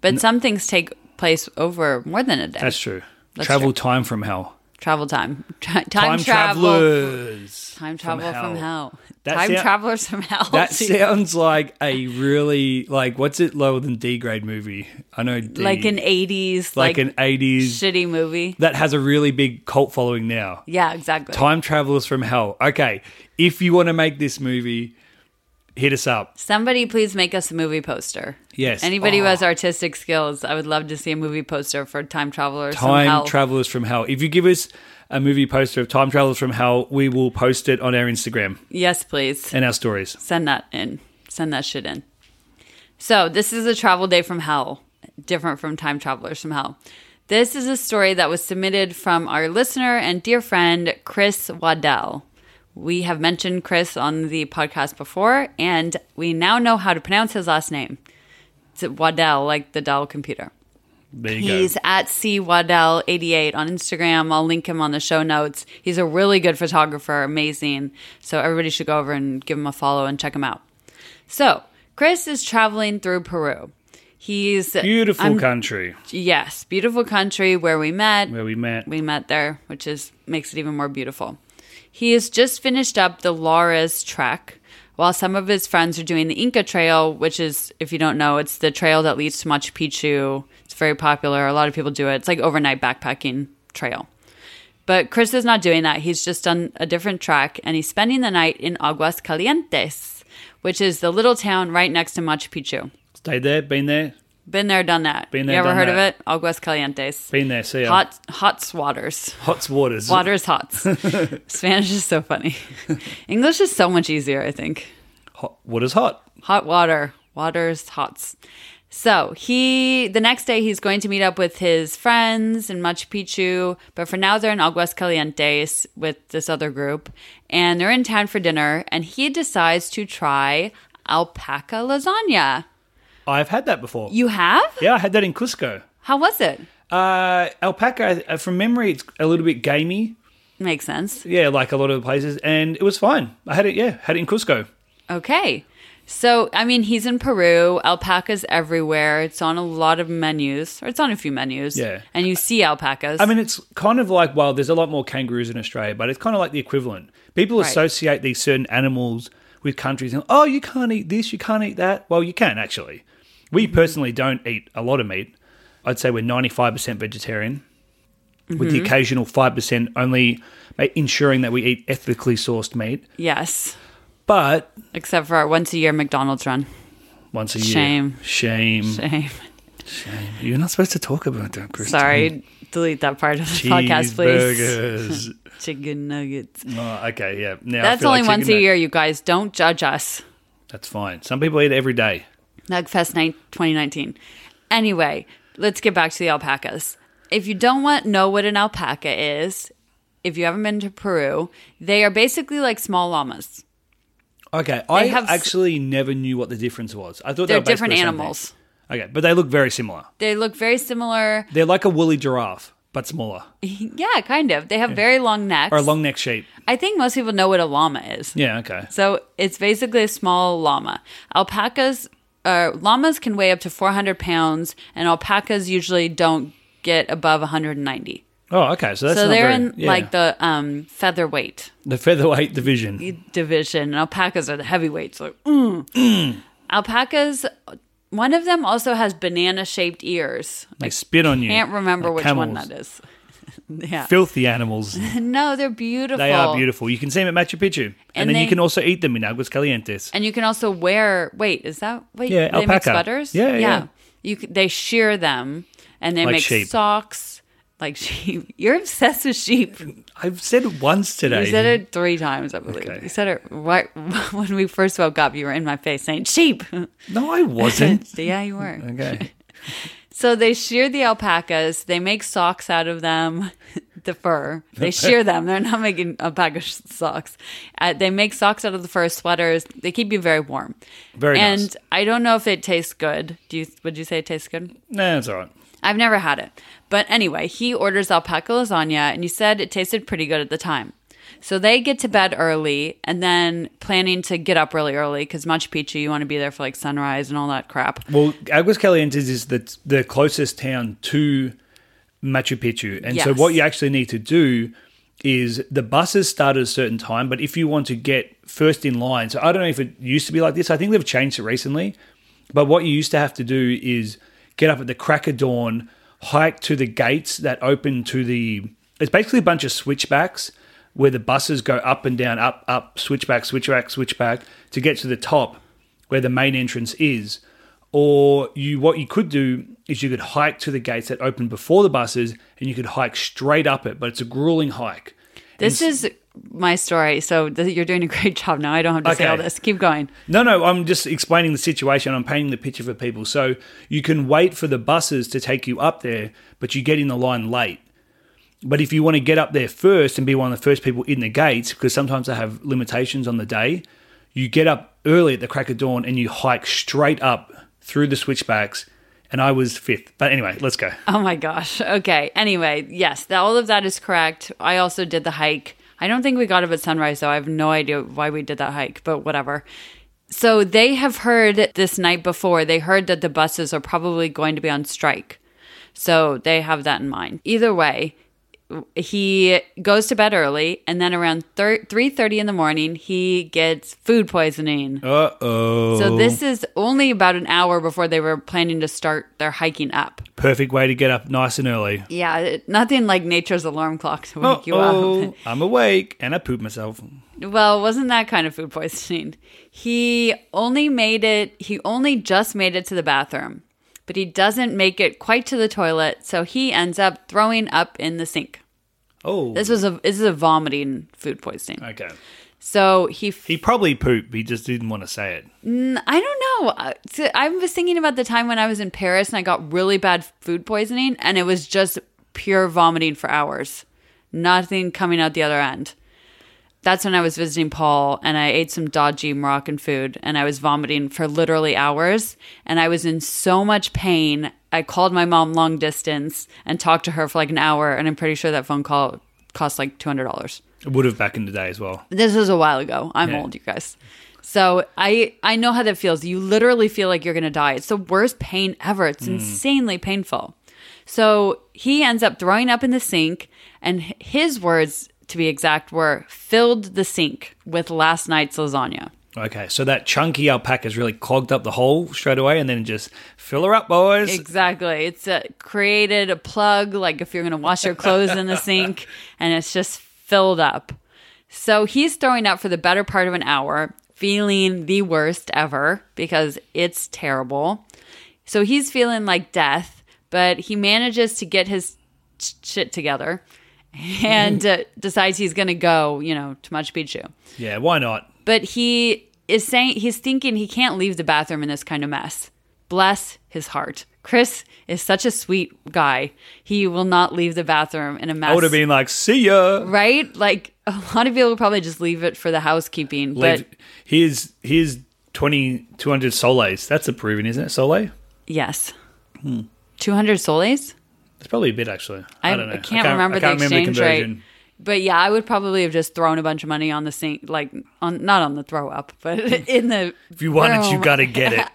Speaker 2: but some things take place over more than a day.
Speaker 1: That's true.
Speaker 2: That's
Speaker 1: travel time from hell.
Speaker 2: travel time. Tra- time,
Speaker 1: Time
Speaker 2: travel.
Speaker 1: travelers.
Speaker 2: Time travel from hell.
Speaker 1: That
Speaker 2: time
Speaker 1: sound-
Speaker 2: travelers from hell. [laughs]
Speaker 1: That
Speaker 2: Jeez.
Speaker 1: sounds like a really like what's it lower than D grade movie? I know D,
Speaker 2: like an 80s,
Speaker 1: like
Speaker 2: like,
Speaker 1: an eighties
Speaker 2: shitty movie.
Speaker 1: that has a really big cult following now.
Speaker 2: Yeah, exactly.
Speaker 1: Time travelers from hell. Okay, if you want to make this movie, hit us up.
Speaker 2: Somebody please make us a movie poster.
Speaker 1: Yes.
Speaker 2: Anybody who
Speaker 1: Oh.
Speaker 2: has artistic skills, I would love to see a movie poster for Time Travelers.
Speaker 1: Time
Speaker 2: somehow.
Speaker 1: travelers from hell. If you give us a movie poster of Time travelers from hell, we will post it on our Instagram
Speaker 2: yes, please.
Speaker 1: and our stories.
Speaker 2: Send that in. Send that shit in. So, this is a travel day from hell, different from Time Travelers from Hell. This is a story that was submitted from our listener and dear friend, Chris Waddell. We have mentioned Chris on the podcast before, and we now know how to pronounce his last name. It's Waddell, like the Dell computer.
Speaker 1: There you
Speaker 2: He's
Speaker 1: go.
Speaker 2: at C Waddell 88 on Instagram. I'll link him on the show notes. He's a really good photographer, amazing. So everybody should go over and give him a follow and check him out. So Chris is traveling through Peru. He's
Speaker 1: Beautiful
Speaker 2: I'm-
Speaker 1: country
Speaker 2: yes, beautiful country where we met.
Speaker 1: where we met.
Speaker 2: We met there, which is makes it even more beautiful. He has just finished up the Laura's Trek, while some of his friends are doing the Inca Trail, which is, if you don't know, it's the trail that leads to Machu Picchu. It's very popular. A lot of people do it. It's like overnight backpacking trail. But Chris is not doing that. He's just done a different track and he's spending the night in Aguas Calientes, which is the little town right next to Machu Picchu.
Speaker 1: Stayed there, been there,
Speaker 2: Been there, done that.
Speaker 1: Been there,
Speaker 2: you ever
Speaker 1: done
Speaker 2: heard
Speaker 1: that.
Speaker 2: of it? Aguas Calientes.
Speaker 1: been there. See ya.
Speaker 2: Hot, hot swatters.
Speaker 1: Hot waters.
Speaker 2: Water's hots. Spanish is so funny. English is so much easier, I think.
Speaker 1: Hot water's hot.
Speaker 2: Hot water. Water's hots. So he, the next day, he's going to meet up with his friends in Machu Picchu, but for now they're in Aguas Calientes with this other group, and they're in town for dinner. And he decides to try alpaca lasagna.
Speaker 1: I've had that before.
Speaker 2: You have?
Speaker 1: yeah, I had that in Cusco.
Speaker 2: How was it?
Speaker 1: Uh, alpaca, uh, from memory, it's a little bit gamey.
Speaker 2: Makes sense.
Speaker 1: Yeah, like a lot of the places, and it was fine. I had it. Yeah, had it in Cusco.
Speaker 2: Okay. So, I mean, he's in Peru. Alpacas everywhere. It's on a lot of menus, or it's on a few menus.
Speaker 1: Yeah.
Speaker 2: And you see alpacas.
Speaker 1: I mean, it's kind of like well, there's a lot more kangaroos in Australia, but it's kind of like the equivalent. People
Speaker 2: Right.
Speaker 1: associate these certain animals with countries, and oh, you can't eat this, you can't eat that. Well, you can actually. We personally don't eat a lot of meat. I'd say we're 95% vegetarian, with the occasional 5% only ma- ensuring that we eat ethically sourced meat.
Speaker 2: yes.
Speaker 1: But
Speaker 2: Except for our once a year McDonald's run. [laughs]
Speaker 1: once a year,
Speaker 2: Shame.
Speaker 1: shame,
Speaker 2: Shame.
Speaker 1: You're not supposed to talk about that, Chris.
Speaker 2: Sorry. Delete that part of the podcast, please.
Speaker 1: [laughs] Cheeseburgers.
Speaker 2: Chicken nuggets.
Speaker 1: oh, okay, yeah. Now I
Speaker 2: That's
Speaker 1: feel like
Speaker 2: only once
Speaker 1: chicken
Speaker 2: a
Speaker 1: nug-
Speaker 2: year, you guys. Don't judge us.
Speaker 1: That's fine. Some people eat every day.
Speaker 2: Nugfest night 2019. Anyway, let's get back to the alpacas. If you don't want know what an alpaca is, if you haven't been to Peru, they are basically like small llamas.
Speaker 1: Okay, I
Speaker 2: have s-
Speaker 1: actually never knew what the difference was. I thought they
Speaker 2: They're
Speaker 1: were basically
Speaker 2: different
Speaker 1: the same
Speaker 2: animals.
Speaker 1: thing. Okay, but they look very similar.
Speaker 2: They look very similar. [laughs]
Speaker 1: They're like a woolly giraffe, but smaller,
Speaker 2: Yeah, kind of. They have very long necks.
Speaker 1: or a long necked sheep.
Speaker 2: I think most people know what a llama is.
Speaker 1: Yeah, okay.
Speaker 2: So it's basically a small llama. Alpacas, uh, llamas can weigh up to 400 pounds, and alpacas usually don't get above 190.
Speaker 1: Oh, okay. So that's
Speaker 2: so
Speaker 1: not
Speaker 2: they're
Speaker 1: very-
Speaker 2: in
Speaker 1: yeah.
Speaker 2: like the um, featherweight
Speaker 1: the featherweight division.
Speaker 2: division, and alpacas are the heavyweights. So, mm. Alpacas, one of them also has banana shaped ears.
Speaker 1: They spit on you.
Speaker 2: Can't remember
Speaker 1: like
Speaker 2: which one
Speaker 1: camels.
Speaker 2: that is. [laughs] yeah.
Speaker 1: Filthy
Speaker 2: [laughs]
Speaker 1: animals.
Speaker 2: No, they're beautiful.
Speaker 1: They are beautiful. You can see them at Machu Picchu, and,
Speaker 2: And
Speaker 1: then
Speaker 2: they-
Speaker 1: you can also eat them in Aguas Calientes.
Speaker 2: And you can also wear. Wait, is that wait?
Speaker 1: Yeah,
Speaker 2: they make
Speaker 1: alpaca.
Speaker 2: sweaters.
Speaker 1: Yeah, yeah.
Speaker 2: You c- they shear them and they
Speaker 1: Like
Speaker 2: make
Speaker 1: sheep.
Speaker 2: socks like [laughs] sheep. You're obsessed
Speaker 1: [laughs]
Speaker 2: with sheep.
Speaker 1: I've said it once today.
Speaker 2: You said it three times, I believe.
Speaker 1: Okay.
Speaker 2: You said it right [laughs] when we first woke up. You were in my face saying sheep. [laughs]
Speaker 1: No, I wasn't.
Speaker 2: yeah, you were. [laughs]
Speaker 1: okay.
Speaker 2: So they shear the alpacas. They make socks out of them, [laughs] the fur. They shear them. They're not making alpaca sh- socks. Uh, they make socks out of the fur, sweaters. They keep you very warm.
Speaker 1: Very
Speaker 2: And
Speaker 1: nice.
Speaker 2: I don't know if it tastes good. Do you? Would you say it tastes good?
Speaker 1: Nah, it's all right.
Speaker 2: I've never had it. But anyway, he orders alpaca lasagna, and you said it tasted pretty good at the time. So they get to bed early, and then planning to get up really early because Machu Picchu, you want to be there for like sunrise and all that crap.
Speaker 1: Well, Aguas Calientes is the the closest town to Machu Picchu, and so
Speaker 2: Yes.
Speaker 1: what you actually need to do is the buses start at a certain time, but if you want to get first in line, so I don't know if it used to be like this. I think they've changed it recently, but what you used to have to do is get up at the crack of dawn, hike to the gates that open to the. It's basically a bunch of switchbacks where the buses go up and down, up, up, switchback, switchback, switchback to get to the top where the main entrance is. Or you, what you could do is you could hike to the gates that open before the buses, and you could hike straight up it. But it's a grueling hike.
Speaker 2: This is my story. So th- you're doing a great [laughs] job now. I don't have to say
Speaker 1: Okay.
Speaker 2: all this. Keep going.
Speaker 1: No, no, I'm just explaining the situation. I'm painting the picture for people. So you can wait for the buses to take you up there, but you get in the line late. But if you want to get up there first and be one of the first people in the gates, because sometimes they have limitations on the day, you get up early at the crack of dawn and you hike straight up through the switchbacks. And I was fifth. But anyway, let's go.
Speaker 2: Oh my gosh. Okay. Anyway, yes, that, all of that is correct. I also did the hike. I don't think we got up at sunrise, though. I have no idea why we did that hike, but whatever. So they have heard this night before, they heard that the buses are probably going to be on strike. So they have that in mind. Either way, he goes to bed early, and then around thir- three thirty in the morning, he gets food poisoning.
Speaker 1: Uh oh.
Speaker 2: So this is only about an hour before they were planning to start their hiking up.
Speaker 1: perfect way to get up nice and early.
Speaker 2: Yeah, it- nothing like nature's alarm clock to wake you up.
Speaker 1: Oh, I'm awake and I pooped myself.
Speaker 2: [laughs] Well, wasn't that kind of food poisoning? He only made it, he only just made it to the bathroom, but he doesn't make it quite to the toilet, so he ends up throwing up in the sink.
Speaker 1: Oh,
Speaker 2: This was a this is a vomiting food poisoning.
Speaker 1: okay.
Speaker 2: So he, f-
Speaker 1: He probably pooped. He just didn't want to say it.
Speaker 2: I don't know. Uh, so I was thinking about the time when I was in Paris and I got really bad food poisoning and it was just pure vomiting for hours. Nothing coming out the other end. That's when I was visiting Paul and I ate some dodgy Moroccan food and I was vomiting for literally hours and I was in so much pain. I called my mom long distance and talked to her for like an hour and I'm pretty sure that phone call cost like $200
Speaker 1: It would have back in the day as well.
Speaker 2: this was a while ago i'm
Speaker 1: Yeah.
Speaker 2: old you guys so i i know how that feels you literally feel like you're gonna die it's the worst pain ever it's insanely painful so he ends up throwing up in the sink and h- his words to be exact were filled the sink with last night's lasagna
Speaker 1: Okay, so that chunky alpaca's really clogged up the hole straight away, and then just fill her up, boys.
Speaker 2: exactly it's a, created a plug like if you're gonna wash your clothes in the sink and it's just filled up So he's throwing up for the better part of an hour, feeling the worst ever because it's terrible. So he's feeling like death, but he manages to get his ch- shit together and uh, decides he's going to go, you know, to Machu Picchu.
Speaker 1: yeah, why not?
Speaker 2: But he is saying he's thinking he can't leave the bathroom in this kind of mess. Bless his heart. Chris is such a sweet guy. He will not leave the bathroom in a mess
Speaker 1: I would have been like, see ya.
Speaker 2: right? Like a lot of people would probably just leave it for the housekeeping,
Speaker 1: Leave.
Speaker 2: but
Speaker 1: Here's here's 20, 200 soles. That's a Peruvian, isn't it? Sole?
Speaker 2: yes, two hundred soles.
Speaker 1: It's probably a bit actually. Hmm. I,
Speaker 2: I,
Speaker 1: don't know.
Speaker 2: I can't remember
Speaker 1: I can't
Speaker 2: the
Speaker 1: remember
Speaker 2: exchange
Speaker 1: conversion.
Speaker 2: rate. But yeah, I would probably have just thrown a bunch of money on the sink, like on not on the throw up, but [laughs] in the.
Speaker 1: If you want it,
Speaker 2: Oh
Speaker 1: you
Speaker 2: my-
Speaker 1: gotta get
Speaker 2: [laughs]
Speaker 1: it.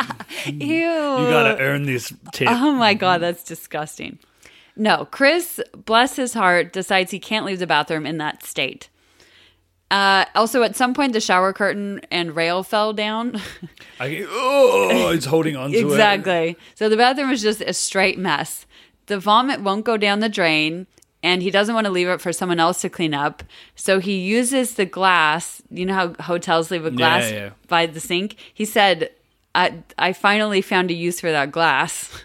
Speaker 2: Ew! You
Speaker 1: You gotta
Speaker 2: Uh,
Speaker 1: earn this tip.
Speaker 2: Oh my god, that's disgusting. No, Chris, bless his heart, decides he can't leave the bathroom in that state. Uh, also, at some point, the shower curtain and rail fell down. [laughs]
Speaker 1: I, oh, it's holding on to it.
Speaker 2: Exactly. So the bathroom is just a straight mess. The vomit won't go down the drain, and he doesn't want to leave it for someone else to clean up. So he uses the glass. You know how hotels leave a glass
Speaker 1: yeah.
Speaker 2: by the sink? He said, I, I finally found a use for
Speaker 1: [laughs]
Speaker 2: that glass.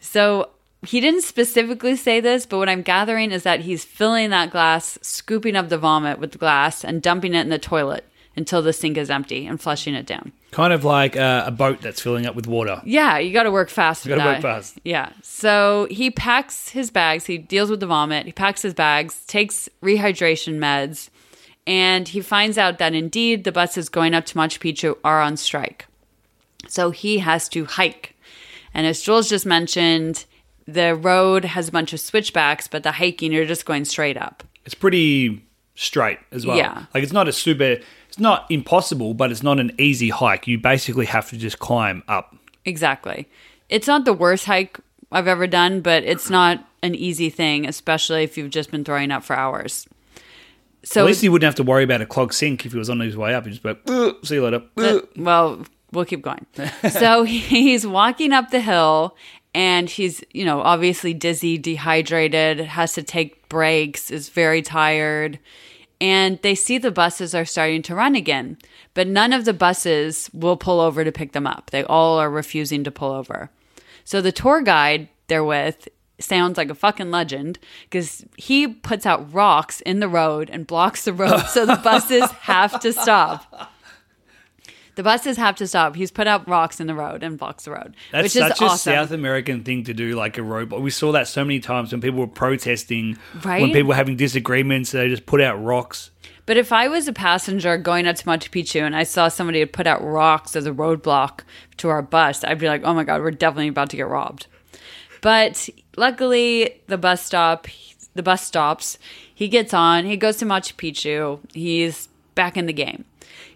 Speaker 2: so he didn't specifically say this, but what I'm gathering is that he's filling that glass, scooping up the vomit with the glass, and dumping it in the toilet until the sink is empty and flushing it down.
Speaker 1: Kind of like uh, a boat that's filling up with water.
Speaker 2: Yeah, you got to work fast. You
Speaker 1: gotta work fast.
Speaker 2: Yeah. So he packs his bags. He deals with the vomit. He packs his bags, takes rehydration meds, and he finds out that indeed the buses going up to Machu Picchu are on strike. So he has to hike. And as Jules just mentioned, the road has a bunch of switchbacks, but the hiking, you're just going straight up.
Speaker 1: It's pretty straight as well.
Speaker 2: Yeah.
Speaker 1: Like it's not a super, it's not impossible, but it's not an easy hike. You basically have to just climb up.
Speaker 2: Exactly. It's not the worst hike I've ever done, but it's not an easy thing, especially if you've just been throwing up for hours. So,
Speaker 1: At least he wouldn't have to worry about a clogged sink if he was on his way up. He'd just be like, "Ugh, see you later.
Speaker 2: Uh,
Speaker 1: Ugh."
Speaker 2: well, we'll keep
Speaker 1: [laughs]
Speaker 2: going. so [laughs] he's walking up the hill and he's, you know, obviously dizzy, dehydrated, has to take breaks, is very tired. And they see the buses are starting to run again, but none of the buses will pull over to pick them up. They all are refusing to pull over. So the tour guide they're with sounds like a fucking legend because he puts out rocks in the road and blocks the road so the
Speaker 1: [laughs]
Speaker 2: buses have to stop. The buses have to stop. He's put out rocks in the road and blocks the road,
Speaker 1: That's
Speaker 2: which is
Speaker 1: such a
Speaker 2: awesome.
Speaker 1: South American thing to do, like a robot. We saw that so many times when people were protesting, when
Speaker 2: Right?
Speaker 1: people were having disagreements, they just put out rocks.
Speaker 2: But if I was a passenger going up to Machu Picchu and I saw somebody had put out rocks as a roadblock to our bus, I'd be like, oh my God, we're definitely about to get robbed. But luckily, the bus stop, the bus stops. He gets on, he goes to Machu Picchu, he's back in the game.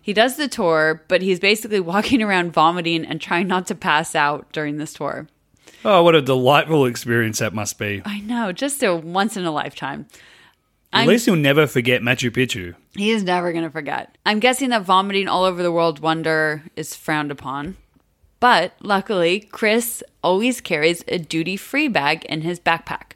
Speaker 2: He does the tour, but he's basically [laughs] walking around vomiting and trying not to pass out during this tour.
Speaker 1: Oh, what a delightful experience that must be.
Speaker 2: I know, just a once in a lifetime.
Speaker 1: At least he'll never forget Machu Picchu.
Speaker 2: He is never going to forget. I'm guessing that vomiting all over the world wonder is frowned upon. But luckily, Chris always carries a duty free bag in his backpack.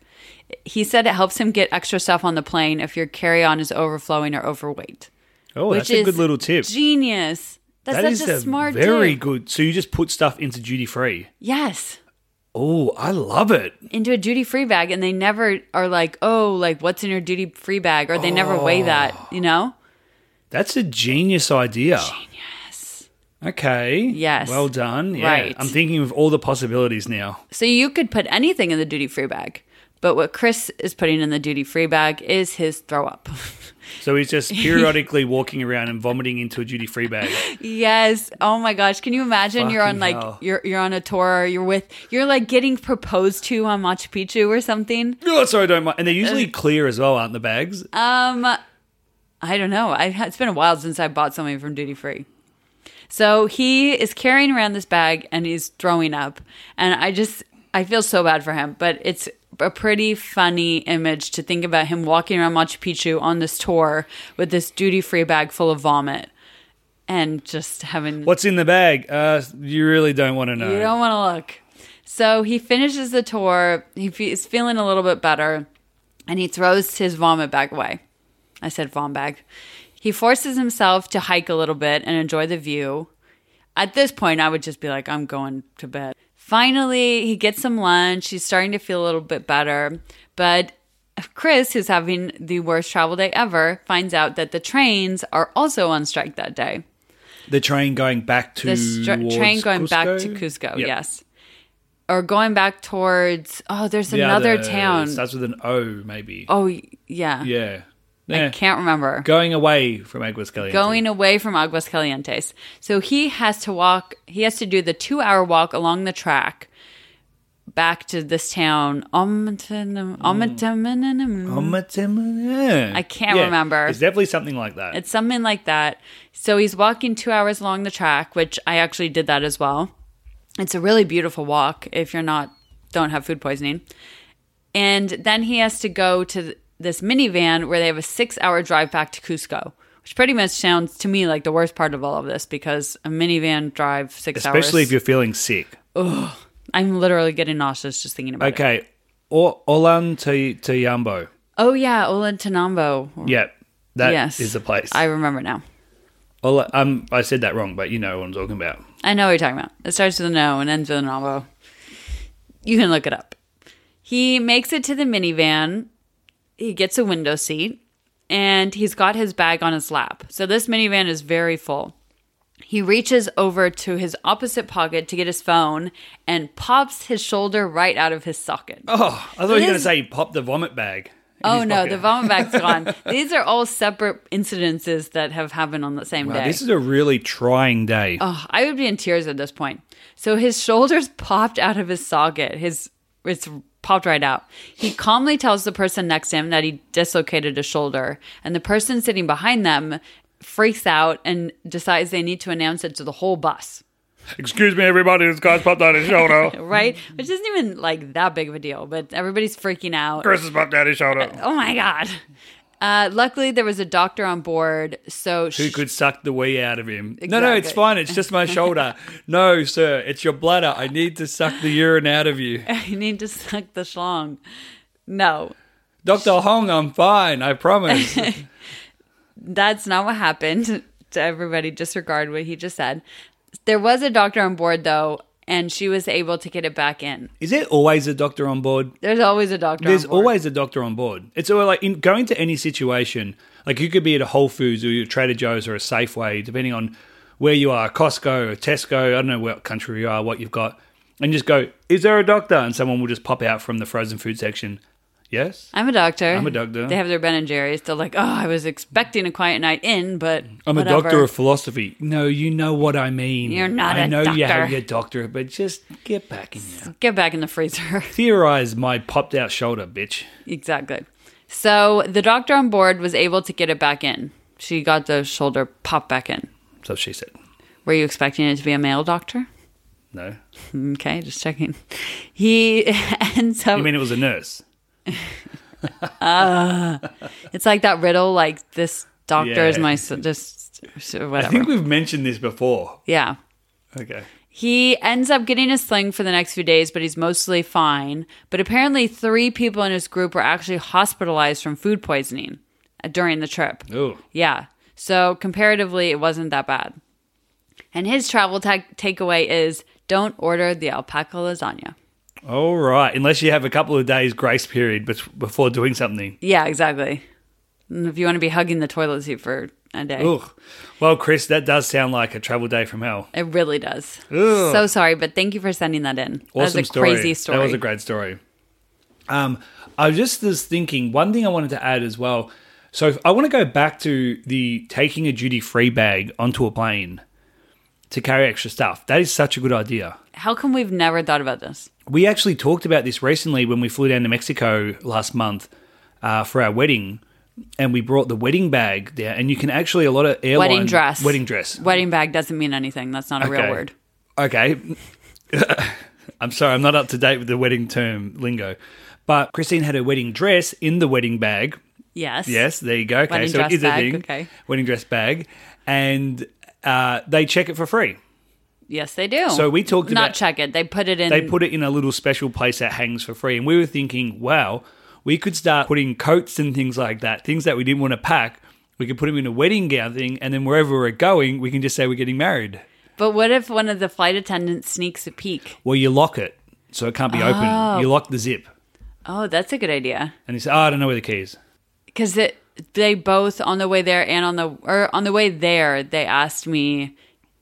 Speaker 2: He said it helps him get extra stuff on the plane if your carry on is overflowing or overweight.
Speaker 1: Oh, that's a good little tip.
Speaker 2: Genius. That's
Speaker 1: That is
Speaker 2: such a, smart
Speaker 1: very
Speaker 2: tip.
Speaker 1: good. So you just put stuff into duty free.
Speaker 2: Yes.
Speaker 1: Oh, I love it.
Speaker 2: Into a duty free bag, and they never are like, oh, like what's in your duty free bag? Or they never weigh that, you know?
Speaker 1: That's a genius idea. Genius. Okay.
Speaker 2: Yes.
Speaker 1: Well done. Yeah.
Speaker 2: Right.
Speaker 1: I'm thinking of all the possibilities now.
Speaker 2: So you could put anything in the duty free bag. But what Chris is putting in the duty free bag is his throw up.
Speaker 1: So he's just periodically walking around and vomiting into a duty free bag.
Speaker 2: [laughs]
Speaker 1: [laughs]
Speaker 2: yes. Oh my gosh. Can you imagine you're on
Speaker 1: Fucking
Speaker 2: like
Speaker 1: hell.
Speaker 2: you're you're on a tour, you're with you're like getting proposed to on Machu Picchu or something?
Speaker 1: No, Oh, sorry, I don't mind. And they're
Speaker 2: Uh,
Speaker 1: usually clear as well, aren't the bags?
Speaker 2: I don't know. I it's been a while since I bought something from duty free. So he is carrying around this bag and he's throwing up, and I just I feel so bad for him, but it's a pretty funny image to think about him walking around Machu Picchu on this tour with this duty free bag full of vomit, and just having
Speaker 1: What's in the bag? Uh, you really don't want to know.
Speaker 2: you don't want to look. So he finishes the tour. He fe- is feeling a little bit better, and he throws his vomit bag away. I said vom bag. He forces himself to hike a little bit and enjoy the view. At this point, I would just be like, I'm going to bed. Finally, he gets some lunch. He's starting to feel a little bit better. But Chris, who's having the worst travel day ever, finds out that the trains are also on strike that day
Speaker 1: the train going back to
Speaker 2: the str- train going back to Cusco. Yes, or going back towards oh, there's another town.
Speaker 1: starts with an O, maybe.
Speaker 2: oh y- yeah.
Speaker 1: Yeah.
Speaker 2: I
Speaker 1: Yeah.
Speaker 2: can't remember.
Speaker 1: Going away from Aguas Calientes.
Speaker 2: Going away from Aguas Calientes, so he has to walk. He has to do the two-hour walk along the track back to this town. Omatanam- Omatanam-
Speaker 1: I
Speaker 2: can't remember.
Speaker 1: It's definitely something like that.
Speaker 2: It's something like that. So he's walking two hours along the track, which I actually did that as well. It's a really beautiful walk if you're not, don't have food poisoning. And then he has to go to th- this minivan where they have a six hour drive back to Cusco, which pretty much sounds to me like the worst part of all of this because a minivan drive six hours.
Speaker 1: Especially if you're feeling sick.
Speaker 2: I'm literally getting nauseous just thinking about it.
Speaker 1: Okay. Or Olan to to Yambo.
Speaker 2: Oh, yeah, Olentanambo.
Speaker 1: Yep. that is
Speaker 2: Mm. yes.
Speaker 1: the place.
Speaker 2: I
Speaker 1: I,
Speaker 2: remember now.
Speaker 1: Ola, um, I said that wrong, but you know what I'm talking about.
Speaker 2: I know what you're talking about. It starts with an O and ends with an OVO. You can look it up. He makes it to the minivan. He gets a window seat and he's got his bag on his lap. So this minivan is very full. He reaches over to his opposite pocket to get his phone and pops his shoulder right out of his socket.
Speaker 1: Oh, I thought you were going to
Speaker 2: Liz-
Speaker 1: say pop the vomit bag. in
Speaker 2: oh
Speaker 1: his
Speaker 2: no,
Speaker 1: pocket.
Speaker 2: the
Speaker 1: [laughs]
Speaker 2: vomit bag's gone. These are all separate incidences that have happened on the same
Speaker 1: Wow,
Speaker 2: day.
Speaker 1: This is a really trying day.
Speaker 2: Oh, I would be in tears at this point. So his [laughs] shoulders popped out of his socket. His it's popped right out. He calmly tells the person next to him that he dislocated his shoulder, and the person sitting behind them freaks out and decides they need to announce it to the whole bus.
Speaker 1: Excuse me, everybody. This guy's popped out his
Speaker 2: [laughs]
Speaker 1: shoulder.
Speaker 2: Right? Which isn't even like that big of a deal, but everybody's freaking out.
Speaker 1: Chris has popped out his shoulder.
Speaker 2: [laughs] Oh my god. Uh, luckily, there was a doctor on board, so
Speaker 1: Who
Speaker 2: she, [laughs]
Speaker 1: could suck the wee out of him? No, no, it's
Speaker 2: Exactly.
Speaker 1: fine. It's just my shoulder. [laughs] no, sir, it's your bladder. I need to suck the urine out of you.
Speaker 2: you need to suck the schlong. No,
Speaker 1: Dr. Hong, I'm fine. I promise.
Speaker 2: that's not what happened [laughs] to everybody disregard what he just said there was a doctor on board though and she was able to get it back in
Speaker 1: [laughs] Is there always a doctor on board?
Speaker 2: there's always a doctor
Speaker 1: There's
Speaker 2: on board.
Speaker 1: always a doctor on board. It's all like in going to any situation, like you could be at a Whole Foods or your Trader Joe's or a Safeway, depending on where you are, Costco or Tesco, I don't know what country you are, what you've got, and just go, Is there a doctor? And someone will just pop out from the frozen food section. Yes?
Speaker 2: i'm a doctor i'm
Speaker 1: a doctor.
Speaker 2: they have their ben and jerry's they're like oh i was expecting a quiet night in but
Speaker 1: I'm
Speaker 2: whatever.
Speaker 1: a doctor of philosophy. No, you know what I mean.
Speaker 2: You're not
Speaker 1: I
Speaker 2: a
Speaker 1: know you have
Speaker 2: doctor.
Speaker 1: your doctorate, but just get back in there.
Speaker 2: get back in the freezer [laughs]
Speaker 1: Theorize my popped out shoulder, bitch.
Speaker 2: exactly so the doctor on board was able to get it back in she got the shoulder popped back in
Speaker 1: So she said.
Speaker 2: were you expecting it to be a male doctor
Speaker 1: No.
Speaker 2: okay just checking [laughs] he [laughs] ends up
Speaker 1: I mean, it was a nurse.
Speaker 2: It's like that riddle, like this doctor is
Speaker 1: Yeah.
Speaker 2: my s- just s- whatever.
Speaker 1: I think we've mentioned this before.
Speaker 2: yeah.
Speaker 1: Okay.
Speaker 2: He ends up getting a sling for the next few days, but he's mostly fine. But apparently, three people in his group were actually hospitalized from food poisoning uh, during the trip.
Speaker 1: Oh,
Speaker 2: Yeah. So comparatively, it wasn't that bad. And his travel ta- takeaway is don't order the alpaca lasagna.
Speaker 1: all right. Unless you have a couple of days grace period bet- before doing something.
Speaker 2: Yeah, exactly. And if you want to be hugging the toilet seat for a day,
Speaker 1: Ugh. Well, Chris, that does sound like a travel day from hell.
Speaker 2: it really does.
Speaker 1: Ugh.
Speaker 2: So sorry, but thank you for sending that in. that was
Speaker 1: Awesome
Speaker 2: a
Speaker 1: story.
Speaker 2: crazy story.
Speaker 1: That was a great story. Um, I was just was thinking one thing I wanted to add as well. So if- I want to go back to the taking a duty free bag onto a plane to carry extra stuff. That is such a good idea.
Speaker 2: How come we've never thought about this?
Speaker 1: We actually talked about this recently when we flew down to Mexico last month uh, for our wedding, and we brought the wedding bag there. And you can actually a lot of airline
Speaker 2: Wedding dress.
Speaker 1: wedding dress,
Speaker 2: Wedding bag doesn't mean anything. That's not a real
Speaker 1: Okay.
Speaker 2: word.
Speaker 1: Okay. [laughs] I'm sorry, I'm not up to date with the wedding term lingo. But Christine had her wedding dress in the wedding bag.
Speaker 2: Yes.
Speaker 1: Yes, there you go. Okay,
Speaker 2: Wedding
Speaker 1: so
Speaker 2: dress
Speaker 1: it is
Speaker 2: bag,
Speaker 1: a thing.
Speaker 2: okay.
Speaker 1: Wedding dress bag. And uh, they check it for free.
Speaker 2: Yes, they do.
Speaker 1: So we talked
Speaker 2: not
Speaker 1: about-
Speaker 2: check it. They put it in.
Speaker 1: They put it in a little special place that hangs for free. And we were thinking, wow, we could start putting coats and things like that, things that we didn't want to pack. We could put them in a wedding gown thing, and then wherever we're going, we can just say we're getting married.
Speaker 2: but what if one of the flight attendants sneaks a peek?
Speaker 1: Well, you lock it so it can't be open. You lock the zip.
Speaker 2: Oh, that's a good idea.
Speaker 1: And you say, oh, I don't know where the key is.
Speaker 2: because it they both on the way there and on the or on the way there they asked me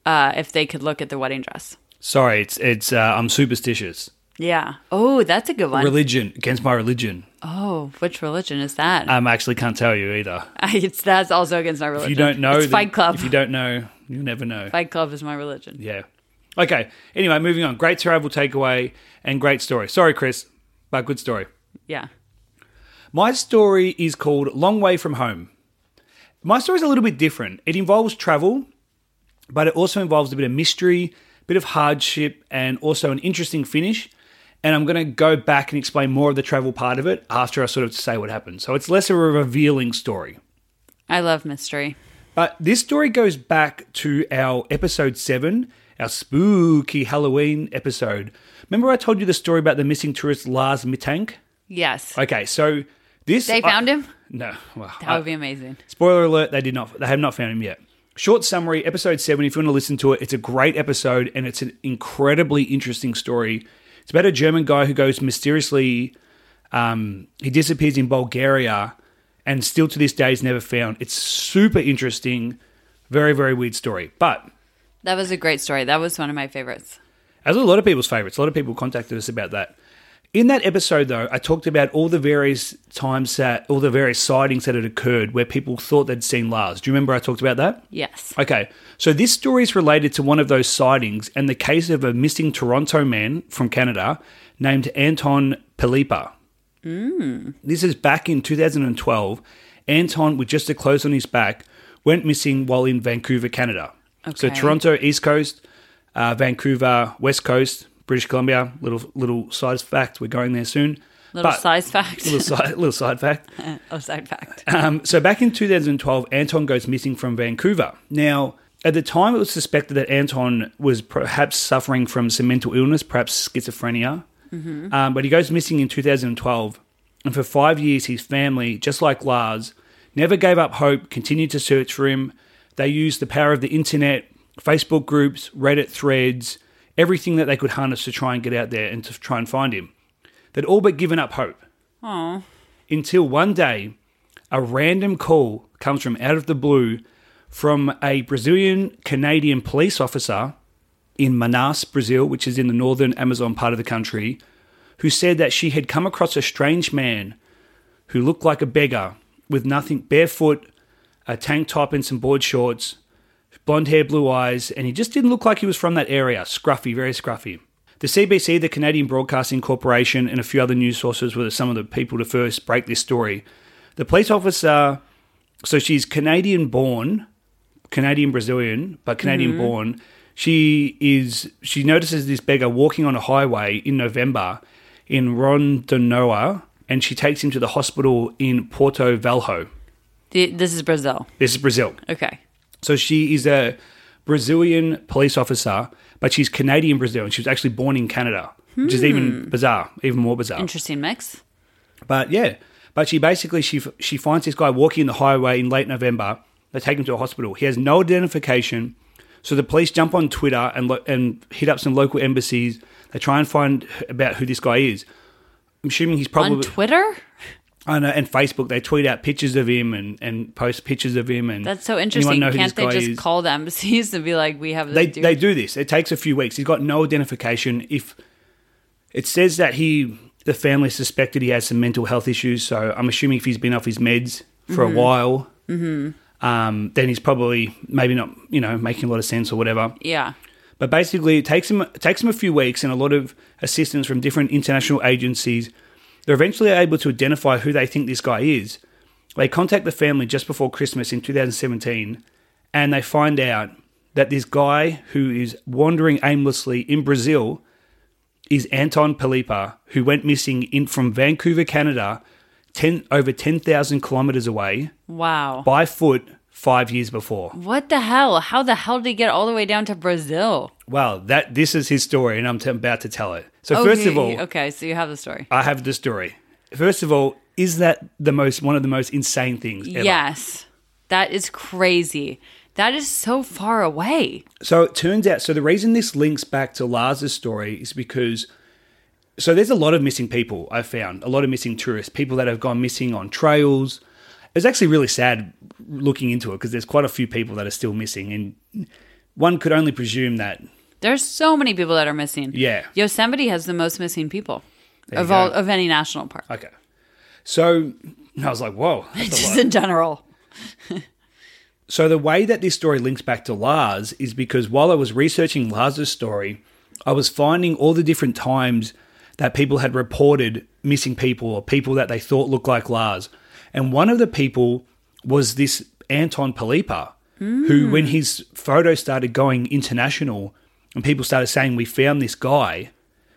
Speaker 2: uh, if they could look at the wedding dress.
Speaker 1: Sorry, it's it's uh, I'm superstitious.
Speaker 2: Yeah. Oh, that's a good one.
Speaker 1: Religion against my religion.
Speaker 2: Oh, which religion is that?
Speaker 1: Um, I actually can't tell you either.
Speaker 2: [laughs] it's that's also against my religion.
Speaker 1: If you don't know,
Speaker 2: it's
Speaker 1: then-
Speaker 2: Fight Club.
Speaker 1: If you don't know, you'll never know.
Speaker 2: Fight Club is my religion.
Speaker 1: Yeah. Okay. Anyway, moving on. Great travel takeaway and great story. Sorry, Chris, but good story.
Speaker 2: Yeah.
Speaker 1: My story is called Long Way From Home. My story is a little bit different. It involves travel, but it also involves a bit of mystery, a bit of hardship, and also an interesting finish. And I'm going to go back and explain more of the travel part of it after I sort of say what happened. So it's less of a revealing story.
Speaker 2: I love mystery.
Speaker 1: But this story goes back to our episode seven, our spooky Halloween episode. Remember, I told you the story about the missing tourist Lars Mittank?
Speaker 2: Yes.
Speaker 1: Okay, so this
Speaker 2: They found
Speaker 1: I-
Speaker 2: him?
Speaker 1: No, well,
Speaker 2: that would be amazing.
Speaker 1: Spoiler alert, they did not they have not found him yet. Short summary, episode 7 if you want to listen to it, it's a great episode and it's an incredibly interesting story. It's about a German guy who goes mysteriously um, he disappears in Bulgaria and still to this day is never found. It's super interesting, very very weird story. But
Speaker 2: That was a great story. That was one of my favorites.
Speaker 1: as a lot of people's favorites. A lot of people contacted us about that. In that episode, though, I talked about all the various times that, all the various sightings that had occurred where people thought they'd seen Lars. Do you remember I talked about that?
Speaker 2: Yes.
Speaker 1: Okay, so this story is related to one of those sightings and the case of a missing Toronto man from Canada named Anton Pelipa.
Speaker 2: Hmm.
Speaker 1: Mm. This is back in 2012. Anton, with just the clothes on his back, went missing while in Vancouver, Canada. So
Speaker 2: Okay.
Speaker 1: Toronto, East Coast, uh, Vancouver, West Coast, British Columbia. Little little side fact, we're going there soon.
Speaker 2: Little
Speaker 1: But-
Speaker 2: size
Speaker 1: [laughs]
Speaker 2: fact.
Speaker 1: Little side, little side fact.
Speaker 2: [laughs] oh, side fact.
Speaker 1: Um, so back in 2012, Anton goes missing from Vancouver. Now, at the time, it was suspected that Anton was perhaps suffering from some mental illness, perhaps schizophrenia. Um, but he goes missing in 2012. And for five years, his family, just like Lars, never gave up hope, continued to search for him. They used the power of the internet, Facebook groups, Reddit threads, everything that they could harness to try and get out there and to try and find him. They'd all but given up hope
Speaker 2: Oh,
Speaker 1: until one day a random call comes from out of the blue from a Brazilian Canadian police officer in Manaus, Brazil, which is in the northern Amazon part of the country, who said that she had come across a strange man who looked like a beggar with nothing barefoot, a tank top and some board shorts, blonde hair, blue eyes, and he just didn't look like he was from that area. Scruffy, very scruffy. The CBC, the Canadian Broadcasting Corporation, and a few other news sources were some of the people to first break this story. The police officer, so she's Canadian born, Canadian Brazilian, but Canadian born. She is she notices this beggar walking on a highway in November in Rondonoa and she takes him to the hospital in Porto Velho.
Speaker 2: The- This is Brazil.
Speaker 1: This is Brazil.
Speaker 2: Okay.
Speaker 1: So she is a Brazilian police officer, but she's Canadian Brazilian. She was actually born in Canada, which is even bizarre, even more bizarre.
Speaker 2: Interesting mix.
Speaker 1: But yeah, but she basically she she finds this guy walking in the highway in late November. They take him to a hospital. He has no identification, so the police jump on Twitter and lo- and hit up some local embassies. They try and find about who this guy is. I'm assuming he's
Speaker 2: On
Speaker 1: probably
Speaker 2: Twitter?
Speaker 1: and, uh, and Facebook. They tweet out pictures of him and, and post pictures of him. And
Speaker 2: That's so
Speaker 1: anyone
Speaker 2: interesting.
Speaker 1: know who
Speaker 2: Can't
Speaker 1: this
Speaker 2: they
Speaker 1: guy
Speaker 2: just
Speaker 1: is.
Speaker 2: call the embassies and be like, we have this
Speaker 1: they
Speaker 2: dude?
Speaker 1: they do this. It takes a few weeks. He's got no identification. If it says that he, the family suspected he has some mental health issues, so I'm assuming if he's been off his meds for a while, um, then he's probably maybe not, you know, making a lot of sense or whatever.
Speaker 2: yeah.
Speaker 1: But basically, it takes him it takes him a few weeks and a lot of assistance from different international agencies. They're eventually able to identify who they think this guy is. They contact the family just before Christmas in 2017, and they find out that this guy who is wandering aimlessly in Brazil is Anton Palipa, who went missing in from Vancouver, Canada, 10, over 10,000 kilometers away
Speaker 2: Wow.
Speaker 1: by foot five years before.
Speaker 2: What the hell? How the hell did he get all the way down to Brazil?
Speaker 1: Well, that this is his story, and I'm t- about to tell it. So first of all,
Speaker 2: Okay, okay, so you have the story.
Speaker 1: I have the story. First of all, is that the most one of the most insane things? Ever?
Speaker 2: Yes. That is crazy. That is so far away.
Speaker 1: So it turns out. So the reason this links back to Lars's story is because. So there's a lot of missing people I've found. A lot of missing tourists, people that have gone missing on trails. It's actually really sad looking into it because there's quite a few people that are still missing, and one could only presume that
Speaker 2: There's so many people that are missing.
Speaker 1: Yeah.
Speaker 2: Yosemite has the most missing people
Speaker 1: you
Speaker 2: of all
Speaker 1: go.
Speaker 2: of any national park.
Speaker 1: okay. So I was like, whoa, that's a lot.
Speaker 2: [laughs] Just in general.
Speaker 1: So the way that this story links back to Lars is because while I was researching Lars's story, I was finding all the different times that people had reported missing people or people that they thought looked like Lars. And one of the people was this Anton Palipa, who when his photo started going international and people started saying we found this guy,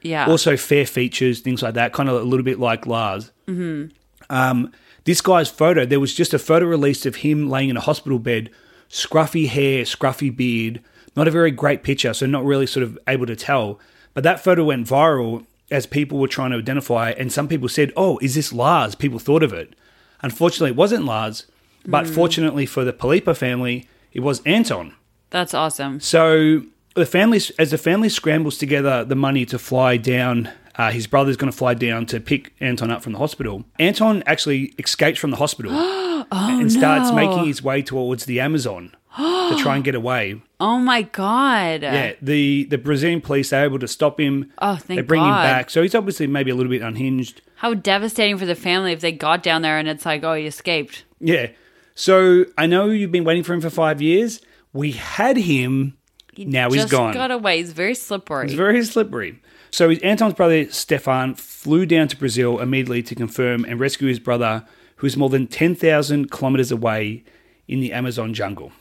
Speaker 2: Yeah.
Speaker 1: also fair features, things like that, kind of a little bit like Lars. Mm-hmm. Um, this guy's photo, there was just a photo released of him laying in a hospital bed, scruffy hair, scruffy beard, not a very great picture, so not really sort of able to tell. But that photo went viral as people were trying to identify, and some people said, "Oh, is this Lars?" People thought of it. Unfortunately, it wasn't Lars, but fortunately for the Palipa family, it was Anton.
Speaker 2: That's awesome.
Speaker 1: So the family, as the family scrambles together the money to fly down, uh, his brother's going to fly down to pick Anton up from the hospital. Anton actually escapes from the
Speaker 2: [gasps]
Speaker 1: hospital and starts
Speaker 2: Oh, no.
Speaker 1: making his way towards the Amazon to try and get
Speaker 2: [gasps]
Speaker 1: away.
Speaker 2: Oh my god.
Speaker 1: Yeah, the the Brazilian police are able to stop him.
Speaker 2: Oh,
Speaker 1: They
Speaker 2: thank
Speaker 1: bring him
Speaker 2: God.
Speaker 1: back, so he's obviously maybe a little bit unhinged.
Speaker 2: How devastating for the family if they got down there and it's like, oh, he escaped.
Speaker 1: Yeah. So I know you've been waiting for him for five years. We had him. now
Speaker 2: Just
Speaker 1: he's gone.
Speaker 2: got away. He's very slippery.
Speaker 1: It's very slippery. So his- Anton's brother Stefan flew down to Brazil immediately to confirm and rescue his brother, who is more than 10,000 kilometers away in the Amazon jungle.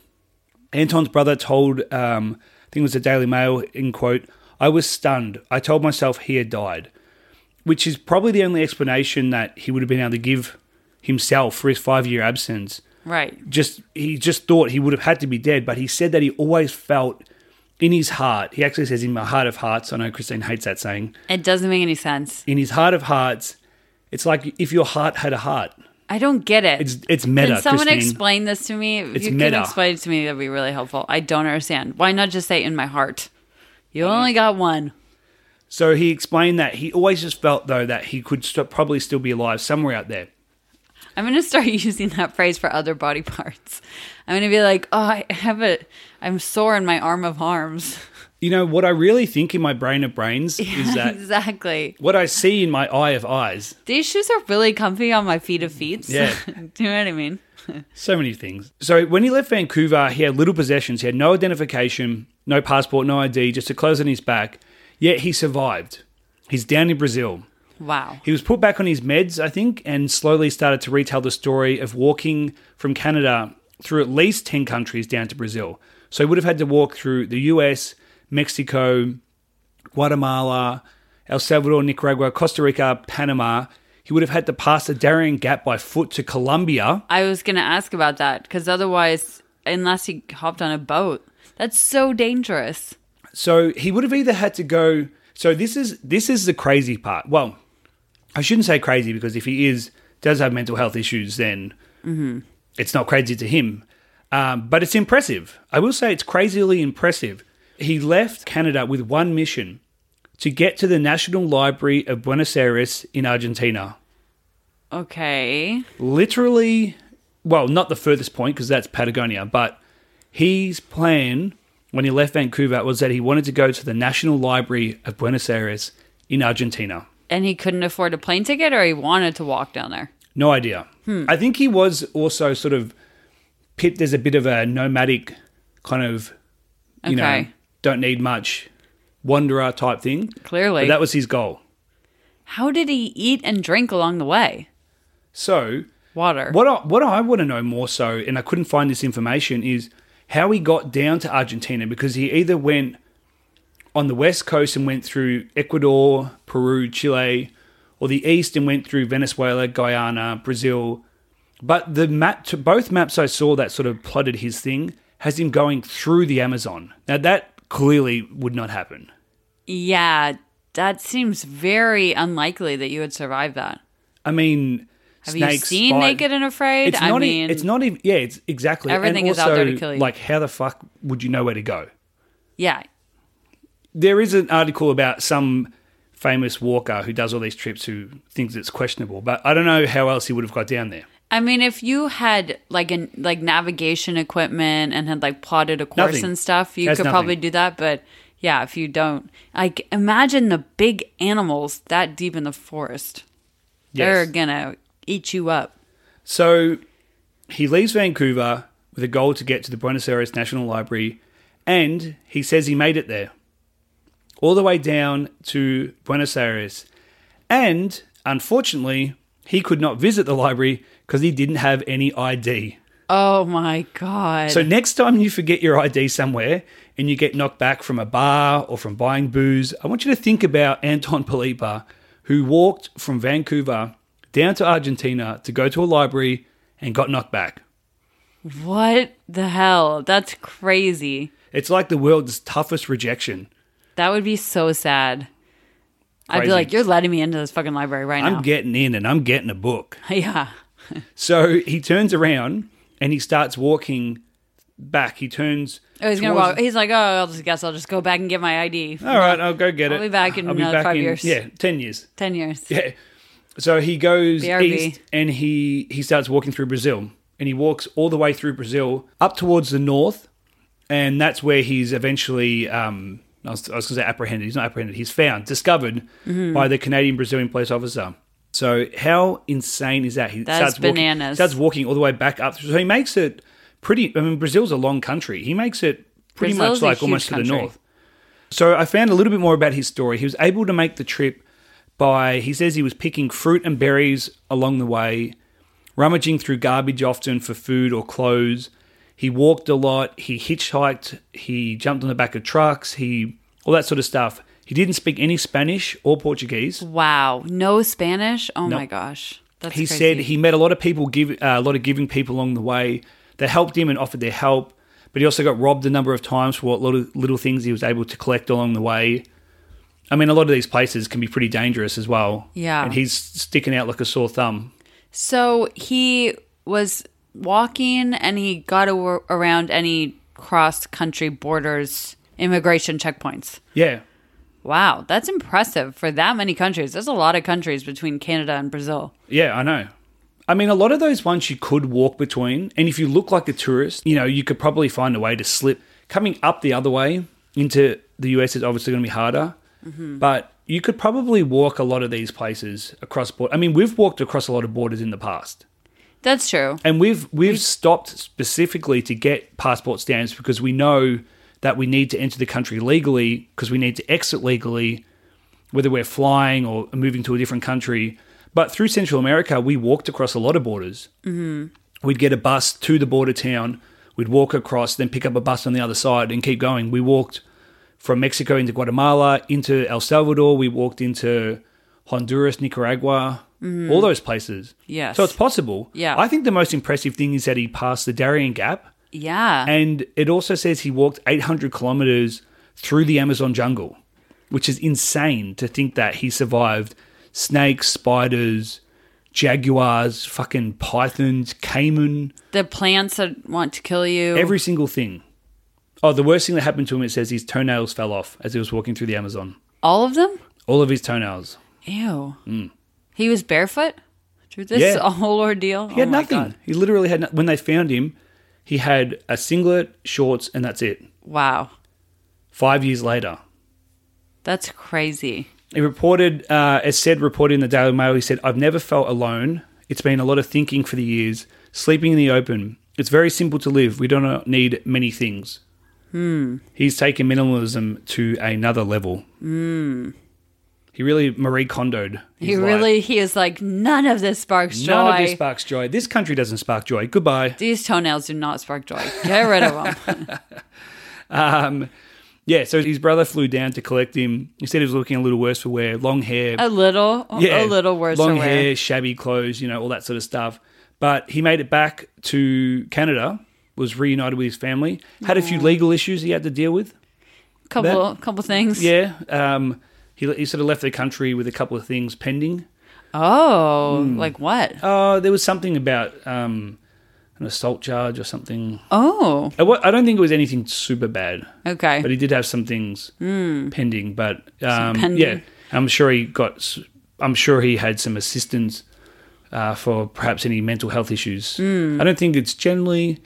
Speaker 1: Anton's brother told, um, I think it was the Daily Mail, in quote, I was stunned. I told myself he had died, which is probably the only explanation that he would have been able to give himself for his five year absence
Speaker 2: right.
Speaker 1: just he just thought he would have had to be dead, but he said that he always felt in his heart. He actually says in my heart of hearts. I know Christine hates that saying.
Speaker 2: It doesn't make any sense.
Speaker 1: In his heart of hearts, it's like if your heart had a heart.
Speaker 2: I don't get it.
Speaker 1: It's it's meta.
Speaker 2: Can someone
Speaker 1: Christine.
Speaker 2: explain this to me? If
Speaker 1: It's
Speaker 2: you
Speaker 1: meta.
Speaker 2: can explain it to me, that'd be really helpful. I don't understand. Why not just say in my heart? You only got one.
Speaker 1: So he explained that he always just felt though that he could st- probably still be alive somewhere out there.
Speaker 2: I'm gonna start [laughs] using that phrase for other body parts. I'm gonna be like, oh, I have a, I'm sore in my arm of arms.
Speaker 1: You know what I really think in my brain of brains is that
Speaker 2: [laughs] exactly.
Speaker 1: what I see in my eye of eyes.
Speaker 2: These shoes are really comfy on my feet of feet.
Speaker 1: Yeah.
Speaker 2: [laughs] Do you know what I mean?
Speaker 1: So many things. So when he left Vancouver, he had little possessions. He had no identification, no passport, no ID, just a clothes on his back. Yet he survived. He's down in Brazil.
Speaker 2: Wow.
Speaker 1: He was put back on his meds, I think, and slowly started to retell the story of walking from Canada through at least 10 countries down to Brazil. So he would have had to walk through the US, Mexico, Guatemala, El Salvador, Nicaragua, Costa Rica, Panama. he would have had to pass the Darien Gap by foot to Colombia.
Speaker 2: I was going to ask about that because otherwise, unless he hopped on a boat, that's so dangerous.
Speaker 1: So he would have either had to go. So this is this is the crazy part. Well, I shouldn't say crazy because if he is does have mental health issues, then it's not crazy to him. Um, but it's impressive. I will say it's crazily impressive. He left Canada with one mission to get to the National Library of Buenos Aires in Argentina.
Speaker 2: Okay.
Speaker 1: Literally, well, not the furthest point because that's Patagonia, but his plan when he left Vancouver was that he wanted to go to the National Library of Buenos Aires in Argentina.
Speaker 2: And he couldn't afford a plane ticket or he wanted to walk down there.
Speaker 1: No idea. I think he was also sort of pipped as a bit of a nomadic kind of, you know,
Speaker 2: Okay.
Speaker 1: don't need much wanderer type thing.
Speaker 2: Clearly.
Speaker 1: But that was his goal.
Speaker 2: How did he eat and drink along the way?
Speaker 1: So,
Speaker 2: Water.
Speaker 1: what I, what I want to know more so, and I couldn't find this information, is how he got down to Argentina because he either went on the west coast and went through Ecuador, Peru, Chile, or the east and went through Venezuela, Guyana, Brazil. But the map, to both maps I saw that sort of plotted his thing has him going through the Amazon. Now that clearly would not happen.
Speaker 2: Yeah, that seems very unlikely that you would survive that.
Speaker 1: I mean,
Speaker 2: Have you
Speaker 1: snakes,
Speaker 2: seen
Speaker 1: spiders-
Speaker 2: Naked and Afraid?
Speaker 1: It's
Speaker 2: I
Speaker 1: not. e-
Speaker 2: mean,
Speaker 1: it's not even. Yeah, it's exactly. And
Speaker 2: Everything is out there to
Speaker 1: also,
Speaker 2: kill you.
Speaker 1: Like, how the fuck would you know where to go?
Speaker 2: yeah,
Speaker 1: There is an article about some famous walker who does all these trips who thinks it's questionable, but I don't know how else he would have got down there.
Speaker 2: I mean, if you had like an like navigation equipment and had like plotted a course
Speaker 1: Nothing.
Speaker 2: and stuff, you
Speaker 1: Has
Speaker 2: could
Speaker 1: nothing.
Speaker 2: probably do that. But yeah, if you don't, like, imagine the big animals that deep in the forest. They're
Speaker 1: Yes.
Speaker 2: gonna eat you up.
Speaker 1: So he leaves Vancouver with a goal to get to the Buenos Aires National Library, and he says he made it there, all the way down to Buenos Aires. And unfortunately, he could not visit the library because he didn't have any ID.
Speaker 2: Oh my god!
Speaker 1: So next time you forget your ID somewhere and you get knocked back from a bar or from buying booze, I want you to think about Anton Polipa, who walked from Vancouver down to Argentina to go to a library and got knocked back.
Speaker 2: what the hell? That's crazy.
Speaker 1: It's like the world's toughest rejection.
Speaker 2: That would be so sad. I'd be
Speaker 1: Crazy.
Speaker 2: like, you're letting me into this fucking library right
Speaker 1: I'm
Speaker 2: now.
Speaker 1: getting in and I'm getting a book.
Speaker 2: [laughs] yeah.
Speaker 1: So he turns around and he starts walking back. He turns.
Speaker 2: Oh, he's gonna
Speaker 1: towards- Ah.
Speaker 2: walk. He's like, oh, I'll just guess I'll just go back and get my ID.
Speaker 1: All right, I'll go get it.
Speaker 2: I'll be back in another five years.
Speaker 1: Yeah, 10 years.
Speaker 2: Ten years.
Speaker 1: Yeah. So he goes
Speaker 2: BRB.
Speaker 1: east and he he starts walking through Brazil and he walks all the way through Brazil up towards the north and that's where he's eventually um I was, I was going to say apprehended. He's not apprehended. He's found, discovered
Speaker 2: Mm-hmm.
Speaker 1: by the Canadian Brazilian police officer. So how insane is that? He
Speaker 2: That's
Speaker 1: Walking,
Speaker 2: bananas.
Speaker 1: starts walking all the way back up. So he makes it pretty. I mean, Brazil's a long country. He makes it pretty
Speaker 2: Brazil's a
Speaker 1: much like
Speaker 2: huge
Speaker 1: almost to the
Speaker 2: country.
Speaker 1: north. So I found a little bit more about his story. He was able to make the trip by, he says he was picking fruit and berries along the way, rummaging through garbage often for food or clothes. He walked a lot, he hitchhiked, he jumped on the back of trucks, he, all that sort of stuff. He didn't speak any Spanish or Portuguese.
Speaker 2: Wow. No Spanish. Oh my gosh. That's
Speaker 1: He
Speaker 2: crazy.
Speaker 1: said he met a lot of people, give, uh, a lot of giving people along the way. They helped him and offered their help, but he also got robbed a number of times for what little, little things he was able to collect along the way. I mean, a lot of these places can be pretty dangerous as well.
Speaker 2: Yeah.
Speaker 1: And he's sticking out like a sore thumb.
Speaker 2: So he was walking and he got aw- around any cross country borders, immigration checkpoints.
Speaker 1: Yeah.
Speaker 2: Wow, that's impressive for that many countries. There's a lot of countries between Canada and Brazil.
Speaker 1: Yeah, I know. I mean, a lot of those ones you could walk between. And if you look like a tourist, you know, you could probably find a way to slip. Coming up the other way into the US is obviously going to be harder. But you could probably walk a lot of these places across border. I mean, we've walked across a lot of borders in the past.
Speaker 2: That's true.
Speaker 1: And we've we've stopped specifically to get passport stamps because we know that we need to enter the country legally because we need to exit legally, whether we're flying or moving to a different country. But through Central America, we walked across a lot of borders. Mm-hmm. We'd get a bus to the border town, we'd walk across, then pick up a bus on the other side and keep going. We walked from Mexico into Guatemala, into El Salvador. We walked into Honduras, Nicaragua, all those places.
Speaker 2: Yes.
Speaker 1: So it's possible.
Speaker 2: Yeah.
Speaker 1: I think the most impressive thing is that he passed the Darien Gap.
Speaker 2: Yeah.
Speaker 1: And it also says he walked 800 kilometers through the Amazon jungle, which is insane to think that he survived snakes, spiders, jaguars, fucking pythons, caiman,
Speaker 2: the plants that want to kill you.
Speaker 1: every single thing. Oh, the worst thing that happened to him, it says his toenails fell off as he was walking through the Amazon.
Speaker 2: all of them?
Speaker 1: All of his toenails.
Speaker 2: Ew. He was barefoot through
Speaker 1: Mm.
Speaker 2: this
Speaker 1: Yeah.
Speaker 2: [laughs] whole ordeal. Oh
Speaker 1: He had nothing. He literally had no- When they found him, he had a singlet, shorts, and that's it.
Speaker 2: Wow.
Speaker 1: Five years later.
Speaker 2: That's crazy.
Speaker 1: He reported, uh, as said, reported in the Daily Mail, he said, I've never felt alone. It's been a lot of thinking for the years, sleeping in the open. It's very simple to live. We don't need many things. Hmm. He's taken minimalism to another level. Hmm. He really Marie Kondo'd. his
Speaker 2: He
Speaker 1: life.
Speaker 2: really he is like none of this sparks joy.
Speaker 1: None of this sparks joy. This country doesn't spark joy. Goodbye.
Speaker 2: These toenails do not spark joy. Get rid of them.
Speaker 1: Yeah, so his brother flew down to collect him. He said he was looking a little worse for wear, long hair. [laughs]
Speaker 2: A little, a little worse.
Speaker 1: Long
Speaker 2: for wear.
Speaker 1: hair, shabby clothes, you know, all that sort of stuff. But he made it back to Canada, was reunited with his family, had a few legal issues he had to deal with.
Speaker 2: Couple, couple things.
Speaker 1: Yeah. Um, he, he sort of left the country with a couple of things pending.
Speaker 2: Oh,
Speaker 1: Mm.
Speaker 2: like what?
Speaker 1: Uh, there was something about um, an assault charge or something.
Speaker 2: Oh,
Speaker 1: I wa- I don't think it was anything super bad,
Speaker 2: okay.
Speaker 1: but he did have some things pending. But um,
Speaker 2: Hmm. pending.
Speaker 1: yeah, I'm sure he got. s- I'm sure he had some assistance uh, for perhaps any mental health issues.
Speaker 2: Hmm.
Speaker 1: I don't think it's generally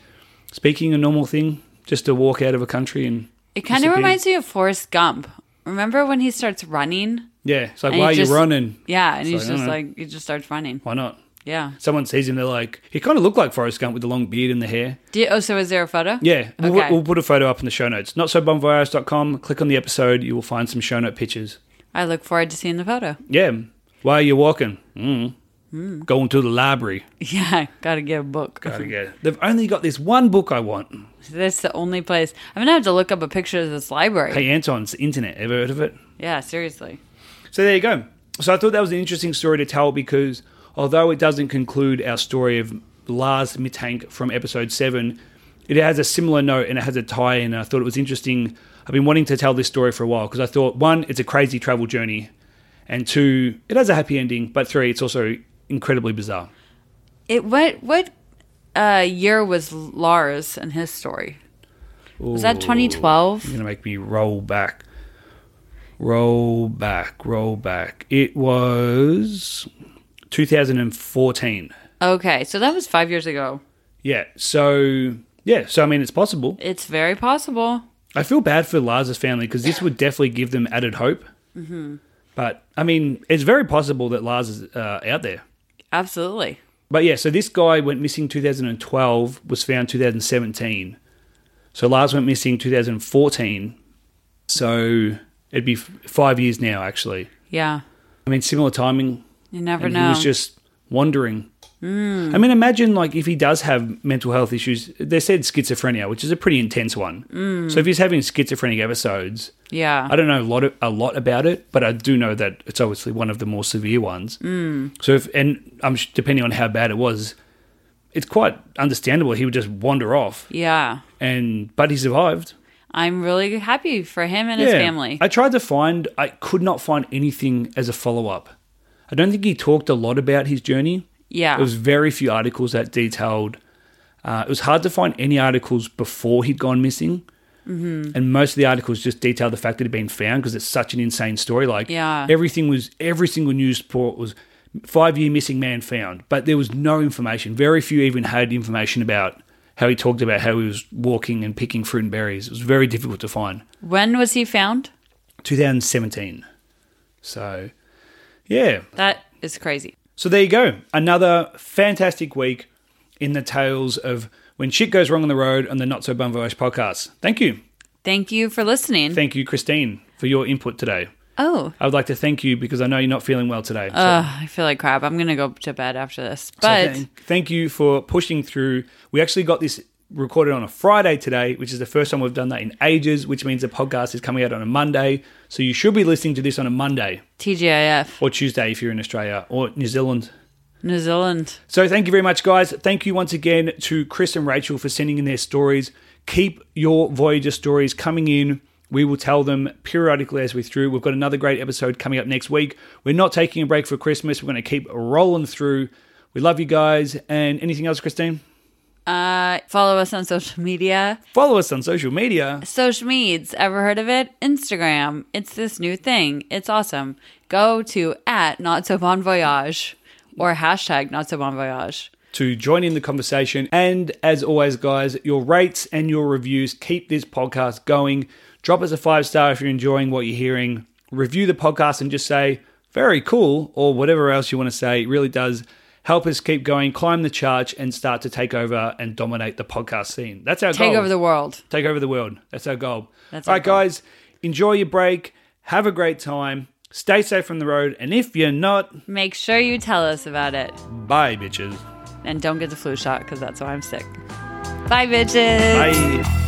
Speaker 1: speaking a normal thing just to walk out of a country and
Speaker 2: it kind of
Speaker 1: disappear.
Speaker 2: reminds me of Forrest Gump. Remember when he starts running?
Speaker 1: Yeah, it's like
Speaker 2: And
Speaker 1: why are
Speaker 2: he just-
Speaker 1: you running?
Speaker 2: Yeah, and
Speaker 1: like,
Speaker 2: he's
Speaker 1: I
Speaker 2: just
Speaker 1: don't know.
Speaker 2: like he just starts running.
Speaker 1: Why not?
Speaker 2: Yeah.
Speaker 1: Someone sees him, they're like, he kind of looked like Forrest Gump with the long beard and the hair.
Speaker 2: Do you- oh, so is there a photo?
Speaker 1: Yeah, we'll,
Speaker 2: Okay.
Speaker 1: we'll put a photo up in the show notes. NotSoBumVirus.com. Click on the episode, you will find some show note pictures.
Speaker 2: I look forward to seeing the photo. [laughs]
Speaker 1: Yeah, why are you walking? Mm.
Speaker 2: Hmm.
Speaker 1: Going to the library.
Speaker 2: Yeah, gotta get a book.
Speaker 1: Gotta get- They've only got this one book I want.
Speaker 2: [laughs] That's the only place. I'm gonna have to look up a picture of this library.
Speaker 1: Hey, Anton, it's the internet. Ever heard of it?
Speaker 2: Yeah, seriously.
Speaker 1: So there you go. So I thought that was an interesting story to tell because although it doesn't conclude our story of Lars Mittank from episode seven, it has a similar note and it has a tie in. I thought it was interesting. I've been wanting to tell this story for a while because I thought one, it's a crazy travel journey, and two, it has a happy ending, but three, it's also incredibly bizarre.
Speaker 2: It what what uh, year was Lars and his story? Was that 2012?
Speaker 1: You're gonna make me roll back. Roll back, roll back. It was 2014.
Speaker 2: Okay, so that was five years ago.
Speaker 1: Yeah. So yeah. So I mean, it's possible.
Speaker 2: It's very possible.
Speaker 1: I feel bad for Lars's family because this would definitely give them added hope. But I mean, it's very possible that Lars is uh, out there.
Speaker 2: Absolutely.
Speaker 1: But yeah, so this guy went missing 2012, was found 2017. So Lars went missing 2014. So it'd be f- five years now, actually.
Speaker 2: Yeah.
Speaker 1: I mean, similar timing.
Speaker 2: You never
Speaker 1: and
Speaker 2: know. Hmm.
Speaker 1: he was just wandering. I mean, imagine like if he does have mental health issues. They said schizophrenia, which is a pretty intense one.
Speaker 2: Hmm.
Speaker 1: So if he's having schizophrenic episodes,
Speaker 2: yeah.
Speaker 1: I don't know a lot of, a lot about it, but I do know that it's obviously one of the more severe ones.
Speaker 2: Hmm.
Speaker 1: So if and I'm sh- depending on how bad it was, it's quite understandable he would just wander off.
Speaker 2: yeah.
Speaker 1: And but he survived.
Speaker 2: I'm really happy for him and his family.
Speaker 1: I tried to find, I could not find anything as a follow up. I don't think he talked a lot about his journey.
Speaker 2: Yeah.
Speaker 1: There was very few articles that detailed. Uh, it was hard to find any articles before he'd gone missing. Mm-hmm. And most of the articles just detailed the fact that he'd been found because it's such an insane story. Like,
Speaker 2: Yeah.
Speaker 1: everything was, every single news report was five year missing man found, but there was no information. Very few even had information about how he talked about how he was walking and picking fruit and berries. It was very difficult to find.
Speaker 2: when was he found?
Speaker 1: 2017. So, yeah.
Speaker 2: That is crazy.
Speaker 1: So there you go. Another fantastic week in the tales of when shit goes wrong on the road on the Not So Bum Voyage podcast. Thank you.
Speaker 2: Thank you for listening.
Speaker 1: Thank you, Christine, for your input today.
Speaker 2: oh.
Speaker 1: I would like to thank you because I know you're not feeling well today. So,
Speaker 2: Ugh, I feel like crap. I'm gonna go to bed after this.
Speaker 1: so
Speaker 2: But
Speaker 1: thank, thank you for pushing through. We actually got this recorded on a Friday today, which is the first time we've done that in ages, which means the podcast is coming out on a Monday. So you should be listening to this on a Monday
Speaker 2: TGIF,
Speaker 1: or Tuesday if you're in Australia or New Zealand.
Speaker 2: New Zealand.
Speaker 1: So thank you very much, guys. Thank you once again to Chris and Rachel for sending in their stories. Keep your Voyager stories coming in. We will tell them periodically as we through. We've got another great episode coming up next week. We're not taking a break for Christmas. We're going to keep rolling through. We love you guys. And anything else, Christine?
Speaker 2: Uh, follow us on social media.
Speaker 1: Follow us on social media.
Speaker 2: Social meds, ever heard of it? Instagram. It's this new thing. It's awesome. Go to at not so bon voyage or hashtag not so bon voyage.
Speaker 1: to join in the conversation. And as always, guys, your rates and your reviews keep this podcast going. Drop us a five star if you're enjoying what you're hearing. Review the podcast and just say, very cool, or whatever else you want to say. It really does help us keep going, climb the charts, and start to take over and dominate the podcast scene. That's our
Speaker 2: Take
Speaker 1: goal.
Speaker 2: over the world.
Speaker 1: Take over the world. That's our goal.
Speaker 2: That's
Speaker 1: All
Speaker 2: our
Speaker 1: right, guys, enjoy your break. Have a great time. Stay safe on the road. And if you're not,
Speaker 2: Make sure you tell us about it.
Speaker 1: bye, bitches.
Speaker 2: And don't get the flu shot because that's why I'm sick. Bye, bitches.
Speaker 1: Bye.